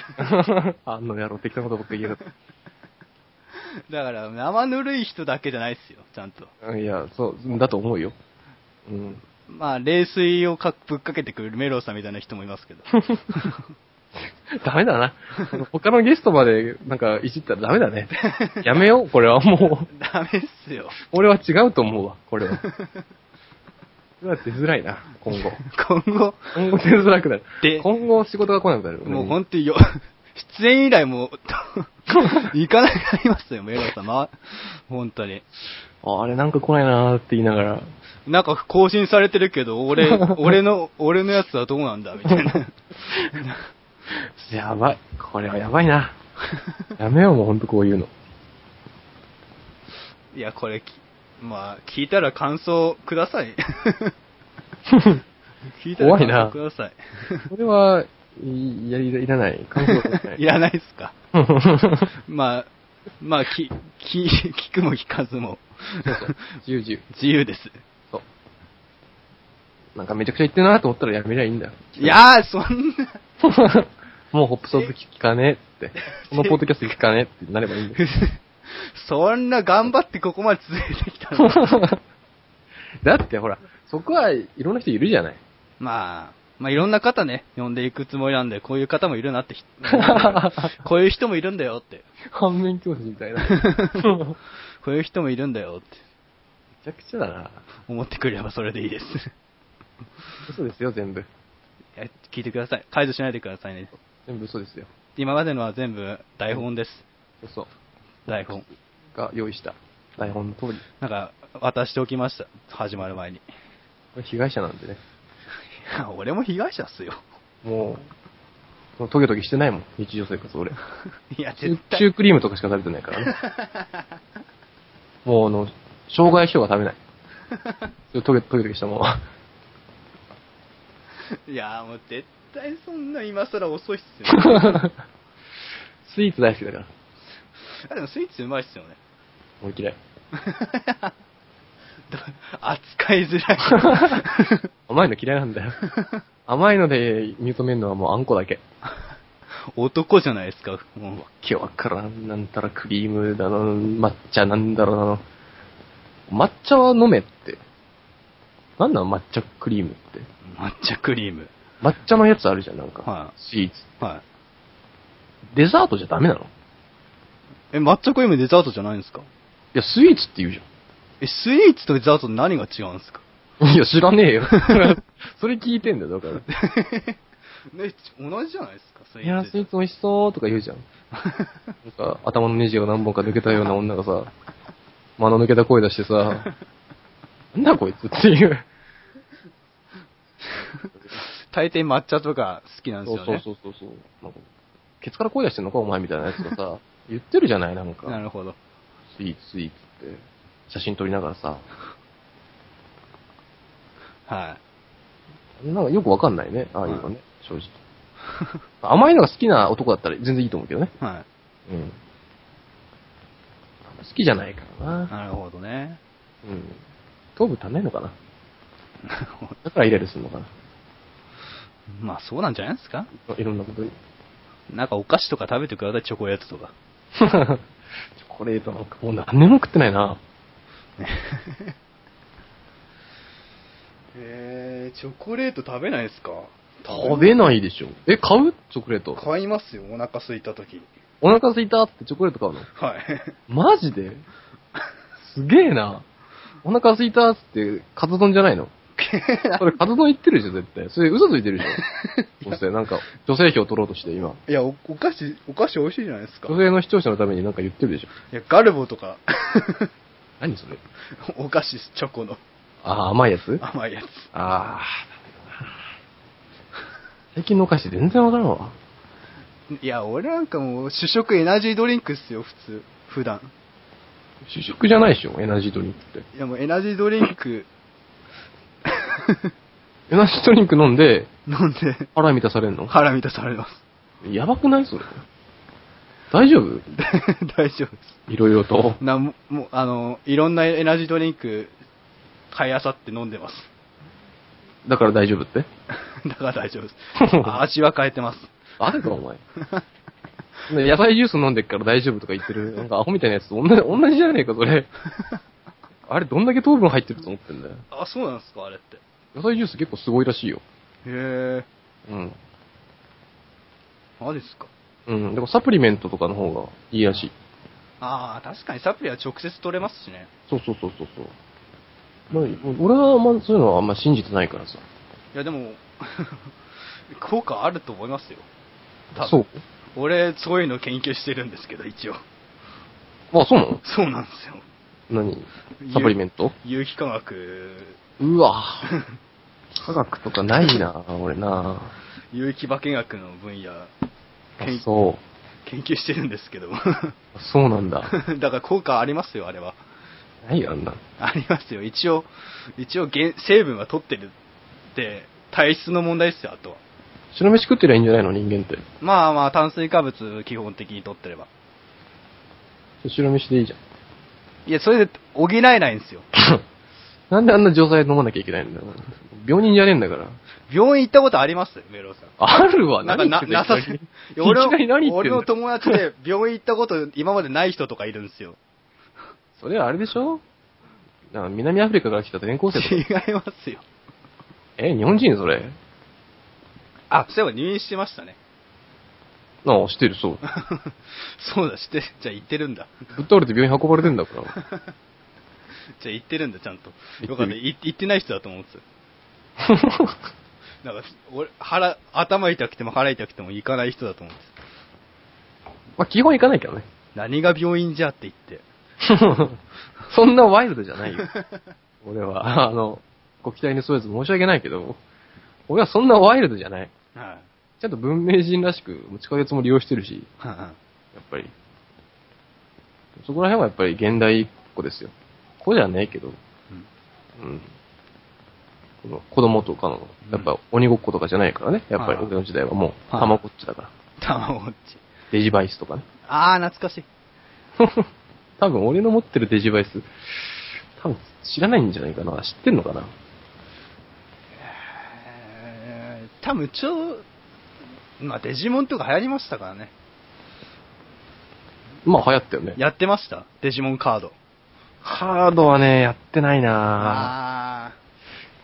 B: [laughs] あの野郎的なことばっかり言う
A: [laughs] だから、生ぬるい人だけじゃないですよ、ちゃんと。
B: な。いや、そう、だと思うよ。うん。
A: まあ、冷水をかぶっかけてくるメロさんみたいな人もいます [laughs] けど。
B: ダメだ [laughs] な。他のゲストまでなんかいじったらダメだね。やめよう、これはもう。
A: ダメっすよ。
B: 俺は違うと思うわ、こ
A: [laughs]
B: れは。これは出づらいな、今後。
A: 今後、
B: 今後出づらくなる。
A: で
B: 今後仕事が来なくなる。
A: もう
B: 俺に
A: 本当によ、出演以来も [laughs] う、行かなくなりますよ、メロさん。まあ、本当に。
B: ああれなんか来ないなーって言いながら。
A: なんか更新されてるけど、 [laughs] 俺、俺の、俺のやつはどうなんだ、みたいな。
B: やばい。これはやば
A: [laughs]
B: いな。やめよう、もうほんとこういうの。
A: いや、これ、きまあ、聞いたら感想くだ
B: [laughs]
A: さい。聞いたら
B: 怖い
A: 感
B: な
A: 想ください。
B: これは、いや、いらいらない。感想がない
A: い
B: [laughs]
A: らないですか。まあ、まあ、き、き、聞くも聞かずも、
B: 自由自由。
A: 自由です。
B: そう。なんかめちゃくちゃ言ってるなと思ったらやめりゃいいん
A: [laughs]
B: だよ。
A: いやー、そんな、 [laughs]
B: もうホップソップ聞かねえって。このポッドキャスト聞かねえってなればいいんだよ。
A: そんな頑張ってここまで続けてきた
B: [laughs]
A: の。
B: だってほら、そこはいろんな人いるじゃない。
A: まあ、まあいろんな方ね、呼んでいくつもりなんで、こういう方もいる
B: [laughs]
A: なって、ひこういう人もいるんだよって、
B: 反面教師みたいな。め
A: こういう人もいるんだよって
B: ちゃくちゃだな。
A: 思ってくれればそれでいいです。
B: 嘘ですよ、全部。
A: いや聞いてください。解除しないでくださいね。
B: 全部嘘ですよ。
A: 今までのは全部台本です。
B: 嘘
A: 台本。
B: が用意した台本の通り。
A: なんか、渡しておきました。始まる前に。い
B: これ被害者なんでね。
A: や [laughs] 俺も被害者っすよ。
B: もう、もうトゲトゲしてないもん、日常生活俺。
A: いや、
B: シ
A: 絶
B: ュシュ
A: 対。
B: ークリームとかしか食べてないからね。もうあの、生姜焼きとか [laughs] 食べない。それトゲトゲトゲしたもん。
A: いや、もう絶対そんな今更遅いっすよ、
B: [laughs]
A: ね。
B: スイーツ大好きだから。
A: あでもスイーツうまいっすよね。
B: 俺嫌い。
A: 扱いづらい。
B: 甘いの嫌いなん
A: [laughs]
B: だよ。甘いので認めるのはもうあんこだけ。
A: 男じゃないですか、もう。
B: 今日はからん、なんたらクリームだの、抹茶なんだろうなの。抹茶は飲めって。なんなん抹茶クリームって。
A: 抹茶クリーム。
B: 抹茶のやつあるじゃん、なんか。
A: は
B: スイーツ。
A: はい。
B: デザートじゃダメなのい
A: え、抹茶クリームデザートじゃないんですか
B: や、スイーツって言うじ
A: え、スイーツとデザート何が違うんですか
B: ゃん。いや、知らね
A: [laughs]
B: えよ。それ聞いてんだよ、だから。
A: ね、同じじゃないですか、スイ
B: いや、スイ
A: ー
B: ー
A: ツ。
B: ツ美味しそうとか言うじゃん。なんか、頭のネジが何本か抜けたような女がさ、間の抜けた声出し
A: [laughs]
B: てさ、なんだこいつっていう。
A: 大抵抹茶とか好きなんで
B: そう
A: すよね。
B: そうそうそう。なんかケツから声出してんのかお前みたいなやつがさ、言ってるじゃないなん
A: な
B: か、
A: るほど。
B: スイーツ、スイーツって。写真撮りながらさ、
A: は
B: なんかよくわかんないね、ああいうのね、正直。甘いのが好きな男だったら全然いいと思うけどね。
A: い。は
B: うん。好きじゃないから
A: い。
B: な。
A: なるほどね。 [laughs]
B: うん。糖分足んないのかな
A: なるほど
B: だからイライラするのかな
A: まあそうなんじゃないですか
B: いろんなことに。 [laughs]
A: なんかお菓子とか食べてください、チョコレートとか。
B: チョコレートなんかもう何年も食ってないな。
A: えー、チョコレート食べないですか
B: 食べないでしょ。え、買うチョコレート。
A: 買いますよ、お腹空いた時に。
B: お腹空いたってチョコレート買うの
A: はい。
B: マジですげえな。お腹空いたっつって、カツ丼じゃ [laughs] ないのそれカツ丼言ってるでしょ、絶対。それ嘘ついてるで [laughs] しょ。そしてなんか、女性票取ろうとして、今。
A: [laughs] いやお、お菓子、お菓子美味しいじゃないですか。
B: 女
A: い
B: 性の視聴者のためになんか言ってるでしょ。
A: や、ガルボとか、 [laughs]
B: 何それ
A: お菓子、チョコの
B: ああ、甘いやつ
A: 甘いやつ。
B: ああ、最近のお菓子全然わからんわ。
A: いや、俺なんかもう主食エナジードリンクっすよ、普通。普段。
B: 主食じゃないでしょ、エナジードリンクって。
A: いやもうエナジードリンク
B: エナジードリンク飲んで、
A: 飲ん [laughs] で
B: 腹満たされるの
A: 腹満たされます。
B: やばくないそれ。大丈夫
A: で [laughs] 大丈夫で
B: いろいろと。
A: す。なももうあの、いろんなエナジードリンク買いあさって飲んでます。 [laughs]
B: だから大丈夫って。
A: だから大
B: [laughs]
A: 丈夫です。あ味は変えてます。
B: あれか、お
A: [laughs]
B: 前。野菜ジュース飲んでっから大丈夫とか言ってる、なんかアホみたいなやつと同じ同じじゃねえか、
A: [laughs]
B: それ。あれ、どんだけ糖分入ってると思ってんだよ。
A: あ、そうなんですか、あれって。
B: 野菜ジュース結構すごいらしいよ。
A: へえ、
B: うん。
A: マジっすか。
B: うん。でもサプリメントとかの方がいいらしい。
A: ああ、確かにサプリは直接取れますしね。
B: そうそうそうそうそう。まあ、俺はあんまそういうのはあんま信じてないからさ。
A: いや、でも、 [laughs] 効果あると思いますよ。多分
B: そう。
A: 俺、そういうの研究してるんですけど、一応。
B: あ、そうなの
A: そうなんですよ。
B: 何サプリメント
A: 有機化学、
B: うわぁ科学とかないなぁ俺な
A: 有機化学の分野、
B: ぁ
A: 研
B: あそう。
A: 研究してるんですけど。
B: あそうなんだ。
A: [laughs] だから効果ありますよ、あれは。 [laughs]
B: 何あんな。
A: ありますよ。一応、一応原、成分は取ってるって、体質の問題ですよ、あとは。
B: 白飯食ってりゃいいんじゃないの人間って。
A: まあまあ、炭水化物基本的に取ってれば。
B: 白飯でいいじゃん。
A: いや、それで補えないんですよ。
B: なんであんな錠剤飲まなきゃいけないんだよ。病人じゃねえんだから。
A: 病院行ったことありますメロウさん。
B: あるわ、
A: なんかな、なさ
B: す
A: す
B: [laughs] ぎ。いき
A: 俺
B: なり何
A: の
B: 言っ
A: 俺
B: てんの
A: の友達で病院行ったこと今までない人とかいるんですよ。
B: それはあれでしょなんか南アフリカから来た転校生とか
A: 違。いますよ。
B: え、日本人それ
A: あ、そういえば入院してましたね。 [laughs]
B: なあ、知ってる、そう。
A: そうだ、して、じゃあ行ってるんだ。
B: ぶっ倒れて病院運ばれてんだから。 [laughs]
A: じゃあ行ってるんだ、ちゃんと。
B: 行ってる
A: よかった、い行ってない人だと思うんですよ。なんか、俺、腹、頭痛くても腹痛くても行かない人だと思うんです。
B: まあ、基本行かないけどね。
A: 何が病院じゃって言って。
B: [laughs] そんなワイルドじゃないよ。俺は、あの、ご期待に添えず申し訳ないけど、俺はそんなワイルドじゃない。
A: [laughs] はい。
B: ちゃんと文明人らしく持ち帰りつも利用してるし、
A: は
B: やっぱり。そこら辺はやっぱり現代っ子ですよ。子じゃねえけど、うん。この子供とかの、やっぱ鬼ごっことかじゃないからね。やっぱり
A: はい
B: 俺の時代はもう、
A: はい
B: たまごっちだから。
A: い。たまごっち。
B: デジバイスとかね。
A: あー、懐かしい。
B: [laughs] 多分俺の持ってるデジバイス、多分知らないんじゃないかな。知ってんのかな
A: えー、多分ちょ、まあ、デジモンとか流行りましたからね。
B: まあ流行ったよね。
A: やってましたデジモンカード。
B: カードはね、やってないなぁ
A: あ。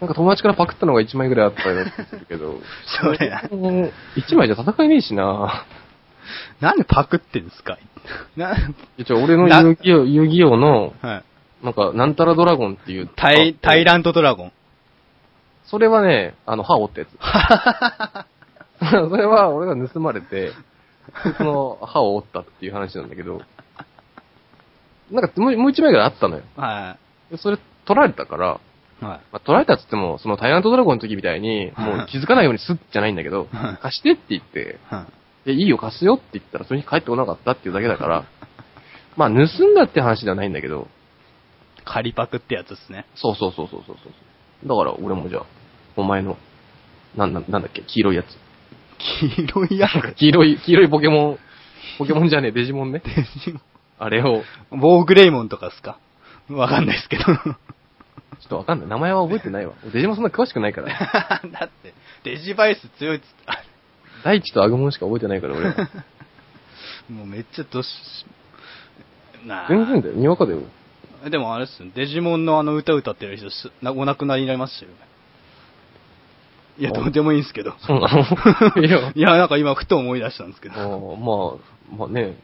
B: なんか友達からパクったのが1枚ぐらいあった [laughs] よって言ってるけど
A: それな
B: もう1枚じゃ戦えねえしなぁ
A: ー。なんでパクってんですか [laughs] な、
B: 一応俺の
A: な
B: 遊戯王、遊戯王の、
A: はい。
B: なんか、なんたらドラゴンっていう。
A: タイ、タイラントドラ [laughs] ゴン。
B: それはね、あの、歯折ったやつ。 [laughs] それは俺が盗まれて、その歯を折ったっていう話なんだけど、なんかもうもう一枚ぐらいあったのよ。
A: は
B: でそれ取られたから、
A: い。はい。、
B: まあ、取られたっつっても、そのタイラントドラゴンの時みたいに、もう気づかないようにスッじゃないんだけど
A: [laughs]
B: 貸してって言って、
A: はい
B: でいいよ貸すよって言ったら、それに帰ってこなかったっていうだけだから、 [laughs] まあ盗んだって話ではないんだけど、
A: 仮パクってやつですね。
B: そうそうそうそうそうそう。だから俺もじゃあ、お前の、なんなんなんだっけ、黄色いやつ。
A: 黄色いやつ。
B: 黄色い、黄色いポケモン、ポケモン
A: [laughs]
B: じゃねえ、デジモンね。
A: デジモン
B: あれを、
A: ボーグレイモンとかですかわかんないです [laughs] けど。
B: ちょっとわかんない。名前は覚えてないわ。デジモンそんな詳しくないから。
A: だって、デジバイス強いっつっ
B: 大地とアグモンしか覚えてないから、俺
A: [laughs]
B: は。
A: て、もうめっちゃどっし、な
B: 全然だよ。にわかだよ。
A: あでもあれっすよ、デジモンのあの歌歌ってる人す、なお亡くなりになりましたよね。いや、どうでもいいんですけど。
B: そうなのいや。
A: いや、なんか今、ふと思い出したんですけ
B: あ
A: ど。
B: ーまあ、まあね、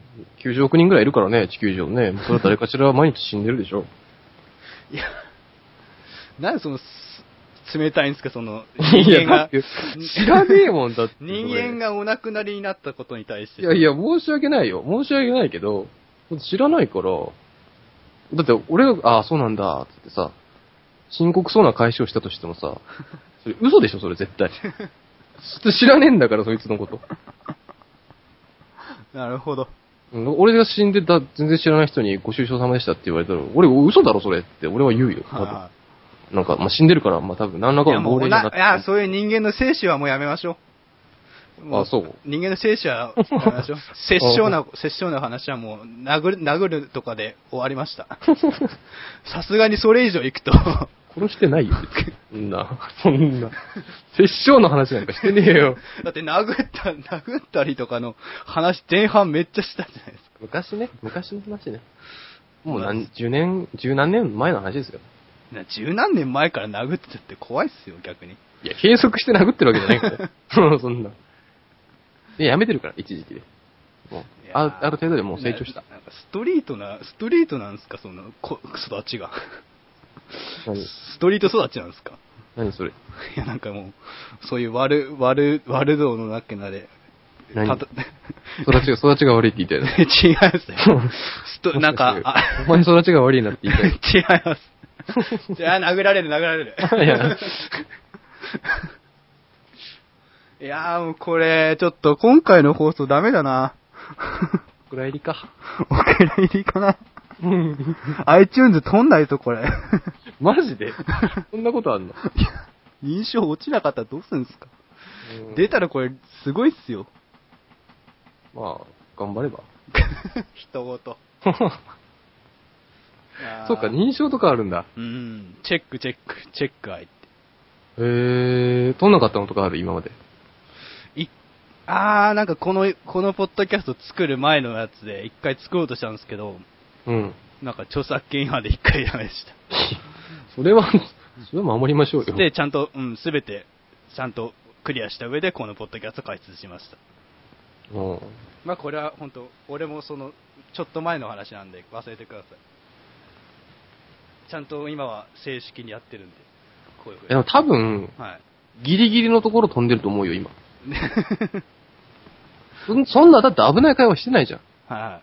B: 90億人ぐらいいるからね、地球上ね。それは誰かしら毎日死んでるでしょ。
A: いや、なんでその、す冷たいんですか、その、
B: [laughs] い
A: 人間
B: や、だ
A: が
B: っ、て、知らねえもんだって。
A: 人間がお亡くなりになったことに対して。
B: いやいや、申し訳ないよ。申し訳ないけど、知らないから、だって俺が、ああ、そうなんだ、つってさ、深刻そうな返しをしたとしてもさ、それ嘘でしょ、それ絶 [laughs] 対。知らねえんだから、そいつのこと。
A: なるほど。
B: うん俺が死んでた、全然知らない人にご愁傷様でしたって言われたら、俺、嘘だろ、それって、俺は言うよ。多分
A: は
B: なんか、まあ、死んでるから、まあ、多分、何
A: い。
B: ら
A: い
B: か
A: や
B: の
A: もう
B: 亡霊
A: お
B: に
A: な
B: なっ
A: いや
B: て。
A: そういう人間の精子はもうやめましょう。も
B: あ、そう。
A: 人間の精子はやめ
B: [laughs]
A: ましょう。殺生な、殺生な話はもう殴る、殴るとかで終わりま
B: [laughs]
A: した。さすがにそれ以上行くと、 [laughs]
B: 殺してないよ。そんな、そんな。殺生の話なんかしてね
A: [laughs]
B: えよ。
A: だって殴った、殴ったりとかの話前半めっちゃしたじゃないですか。
B: 昔ね、昔の話ね。もう何、十年、十何年前の話ですよ。
A: な十何年前から殴ってたって怖いっすよ、逆に。
B: いや、閉塞して殴ってるわけじゃないから
A: [laughs]
B: ね。そんな。で、やめてるから、一時期で。もう
A: い、やー
B: あるある程度でもう成長した
A: な。なんかストリートな、ストリートなんですか、その、こ育ちが。
B: 何、
A: ストリート育ちなんですか。
B: 何それ。
A: [laughs] いや、なんかもう、そういう悪、悪、悪道の中で、
B: 何
A: たと
B: 育ちが、育ちが悪いって言いたい
A: [laughs]
B: な。
A: 違います
B: [laughs]
A: よ。スト、なんか、あ、
B: お前育ちが悪いなって言いた
A: 違
B: い [laughs]
A: い。ます。じゃあ、殴られる、殴られる。
B: いや、
A: いやー、もうこれ、ちょっと今回の放送ダメだな。 [laughs]
B: お蔵入り [laughs] か。
A: お蔵入りかな。iTunes 飛んないぞ、これ。
B: マジでそんなことあんの
A: 認証落ちなかったらどうするんですか、
B: うん
A: 出たらこれ、すごいっすよ。 [laughs]
B: まあ、頑 [laughs] 張れば。
A: 人ごと。
B: そうか、認証とかあるんだ。
A: うん。チェック、チェック、チェック入って。
B: へえ、取んなかったのとかある、今まで。
A: いあー、なんかこの、このポッドキャスト作る前のやつで、一回作ろうとしたんですけど、
B: うん。
A: なんか著作権違反で一回ダメでした。
B: それは、 [laughs] それは守りましょうよ。
A: で、ちゃんと、うん、すべて、ちゃんとクリアした上で、このポッドキャスト開設しました。
B: うん。
A: まあ、これは本当、俺もその、ちょっと前の話なんで、忘れてください。ちゃんと今は正式にやってるんで、こういうふう
B: で
A: に。
B: も多分、
A: はい。 [laughs]
B: ギリギリのところ飛んでると思うよ、今。そんそんな、だって危ない会話してないじゃん。
A: は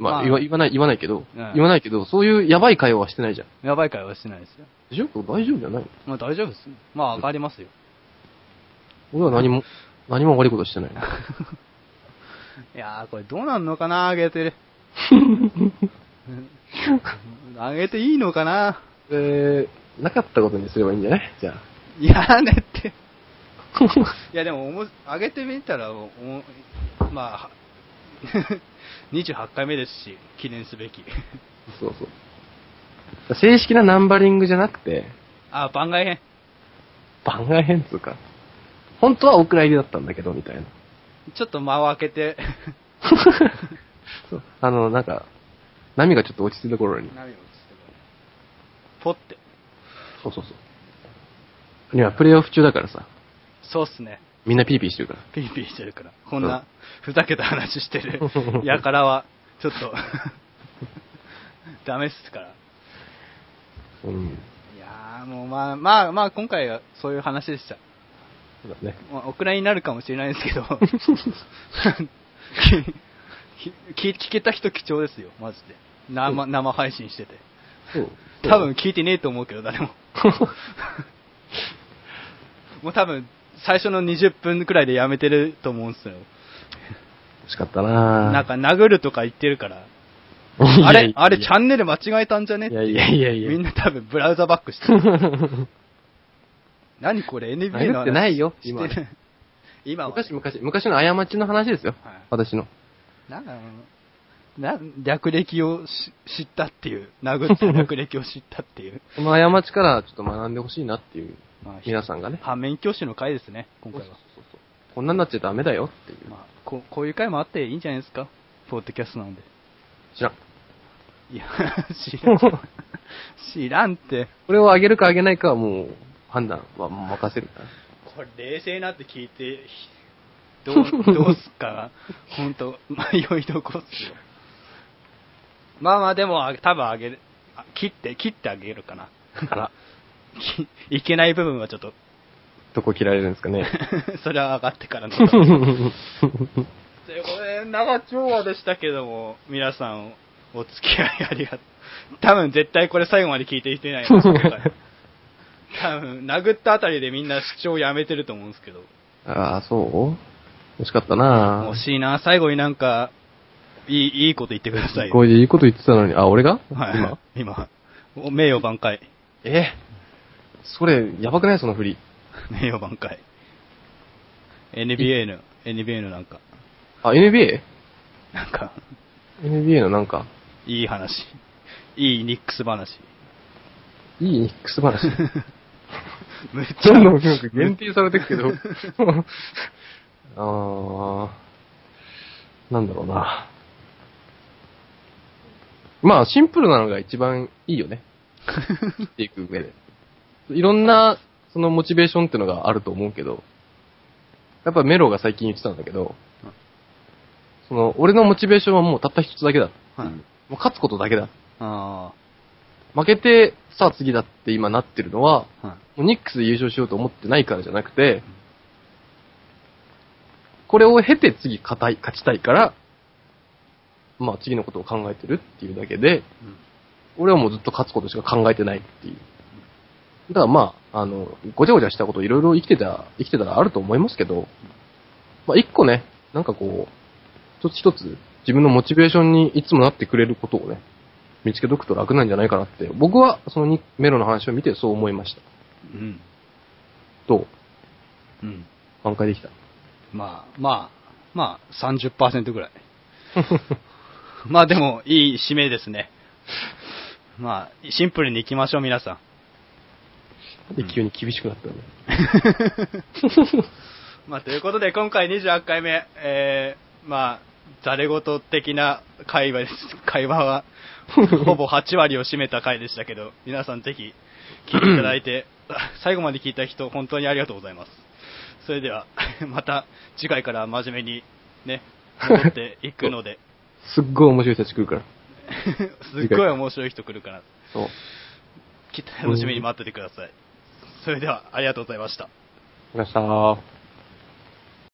B: ま
A: まあ
B: あ、言わ言わない、言わないけど、
A: ん
B: 言わないけど、そういうやばい会話はしてないじゃん。
A: い。やばい会話してないですよ。
B: でしょ大丈夫じゃない
A: まあ、大丈夫です。まあ、上がり [laughs] ますよ。
B: 俺は何 [laughs] も、何も悪いことしてない。
A: いやー、これどうなんのかな、上げ [laughs] てる。上げていいのかな
B: えー、なかったことにすればいいんじゃない
A: [laughs]
B: じゃあ。
A: いやねって。いや、でもおも、上げてみたら、おもまあ、28回目ですし、記念すべき。
B: そうそう。正式なナンバリングじゃなくて、
A: あ、番外編。
B: 番外編つうか、本当はお蔵入りだったんだけど、
A: [laughs]
B: みたいな。
A: ちょっと間を空け [laughs] て、
B: そうあの、なんか、波がちょっと落ち着いた頃に。
A: 何をしてポって。
B: そうそうそう。今、プレイオフ中だからさ、
A: そうっすね。
B: みんなピーピーしてるから。
A: ピリピリしてるから。こんな、ふざけた話して [laughs] るやからは、ちょっと、ダメっすから。
B: うん。
A: いやーもうまあまあまあ今回はそういう話でした。
B: そうだね。
A: まあ、お蔵になるかもしれないですけど、 [laughs] きき聞けた人貴重ですよ、マジで。生生配信してて。
B: そう。
A: 多分聞いてねえと思うけど、誰 [laughs] も。もう多分、最初の20分くらいでやめてると思うんですよ。
B: 惜しかったなぁ
A: なんか殴るとか言ってるから。
B: い
A: [laughs]
B: や
A: あ
B: いやい
A: れ
B: や、
A: あれチャンネル間違えたんじゃねっ
B: い
A: て
B: やいやいやいや。
A: みんな多分ブラウザバックしてる。
B: [laughs]
A: 何これ NBA の話
B: 殴ってないよ
A: してない
B: 今
A: 今は
B: [laughs] 昔、昔、昔の過ちの話ですよ。
A: はい
B: 私の。
A: なんかな略歴をし知ったっていう、殴った略歴を知ったって
B: [laughs]
A: いう、
B: この過ちからちょっと学んでほしいなっていう、
A: まあ、ひ
B: 皆さんがね。
A: 反面教師の回ですね、今回は。
B: そうそうそうこんなんなっちゃダメだよっていう。
A: まあ、ここういう回もあっていいんじゃないですか、ポッドキャストなんで。
B: 知らん。
A: いや、知ら
B: [laughs]
A: ん。知らんって、
B: これを上げるか上げないかはもう、判断は任せるから。
A: これ、冷静なって聞いて、どう [laughs] どうすっか、本当迷いどこっすよ。まあまあ、でも、あ多分あげる、あ切って、切ってあげるかな。
B: あら、
A: きいけない部分はちょっと [laughs]
B: どこ切られるんですかね。
A: それは上がってからの。
B: う
A: と
B: ん
A: いうことで、長丁場でしたけども、皆さんお付き合いありがとう。多分絶対これ最後まで聞いていてないな。 [laughs] 多分、殴ったあたりでみんな主張やめてると思うんですけど。
B: ああ、そう惜しかったな
A: 惜しいな。最後になんか、いい、いいこと言ってくださいよ。
B: これでいいこと言ってたのに、あ、俺が
A: はい。
B: 今
A: 今。お名誉挽回。
B: えそれ、やばくないその振り。
A: 名誉挽回。NBA の、NBA のなんか、
B: あ、NBA?NBA
A: なんか、
B: のなんか、
A: いい話。いいニックス話。
B: いいニックス話。
A: めっちゃ
B: ど、
A: [laughs]
B: んどんなんか限定されてくけど。 [laughs] あー、なんだろうな。まあ、シンプルなのが一番いいよね。生きていく上で。いろんな、そのモチベーションってのがあると思うけど、やっぱメロが最近言ってたんだけど、その、俺のモチベーションはもうたった一つだけだ。
A: はい
B: もう勝つことだけだ。
A: あ
B: 負けて、さあ次だって今なってるのは、
A: あ、はい。
B: もうニックスで優勝しようと思ってないからじゃなくて、これを経て次勝たい勝ちたいから、まあ次のことを考えてるっていうだけで、
A: うん
B: 俺はもうずっと勝つことしか考えてないっていう。だからまあ、あの、ごちゃごちゃしたこといろいろ生きてた、生きてたらあると思いますけど、まあ一個ね、なんかこう、一つ一つ自分のモチベーションにいつもなってくれることをね、見つけとくと楽なんじゃないかなって、僕はそのニメロの話を見てそう思いました。
A: うん。
B: ど
A: う
B: う
A: ん。
B: 挽回でき [laughs] た。
A: まあ、まあ、まあ、30%ぐらい。まあでも、いい締めですね。まあ、シンプルに行きましょう、皆さん。
B: で、急に厳しくなったよね。
A: まあ、ということで、今回28回目、えー、まあ、ざれ言的な会話です。 [laughs] 会話は、ほぼ8割を占めた回でしたけど、皆さんぜひ、聞いていただいて、最後まで聞いた人、本当にありがとうございます。それでは、 [laughs] また次回から真面目にね、戻っていくので、
B: すっごい面白い人たち来るから。
A: すっごい面白い人来るから、
B: そう。
A: き楽しみに待っててください。それでは、ありがとうございました。
B: ありがとうございました。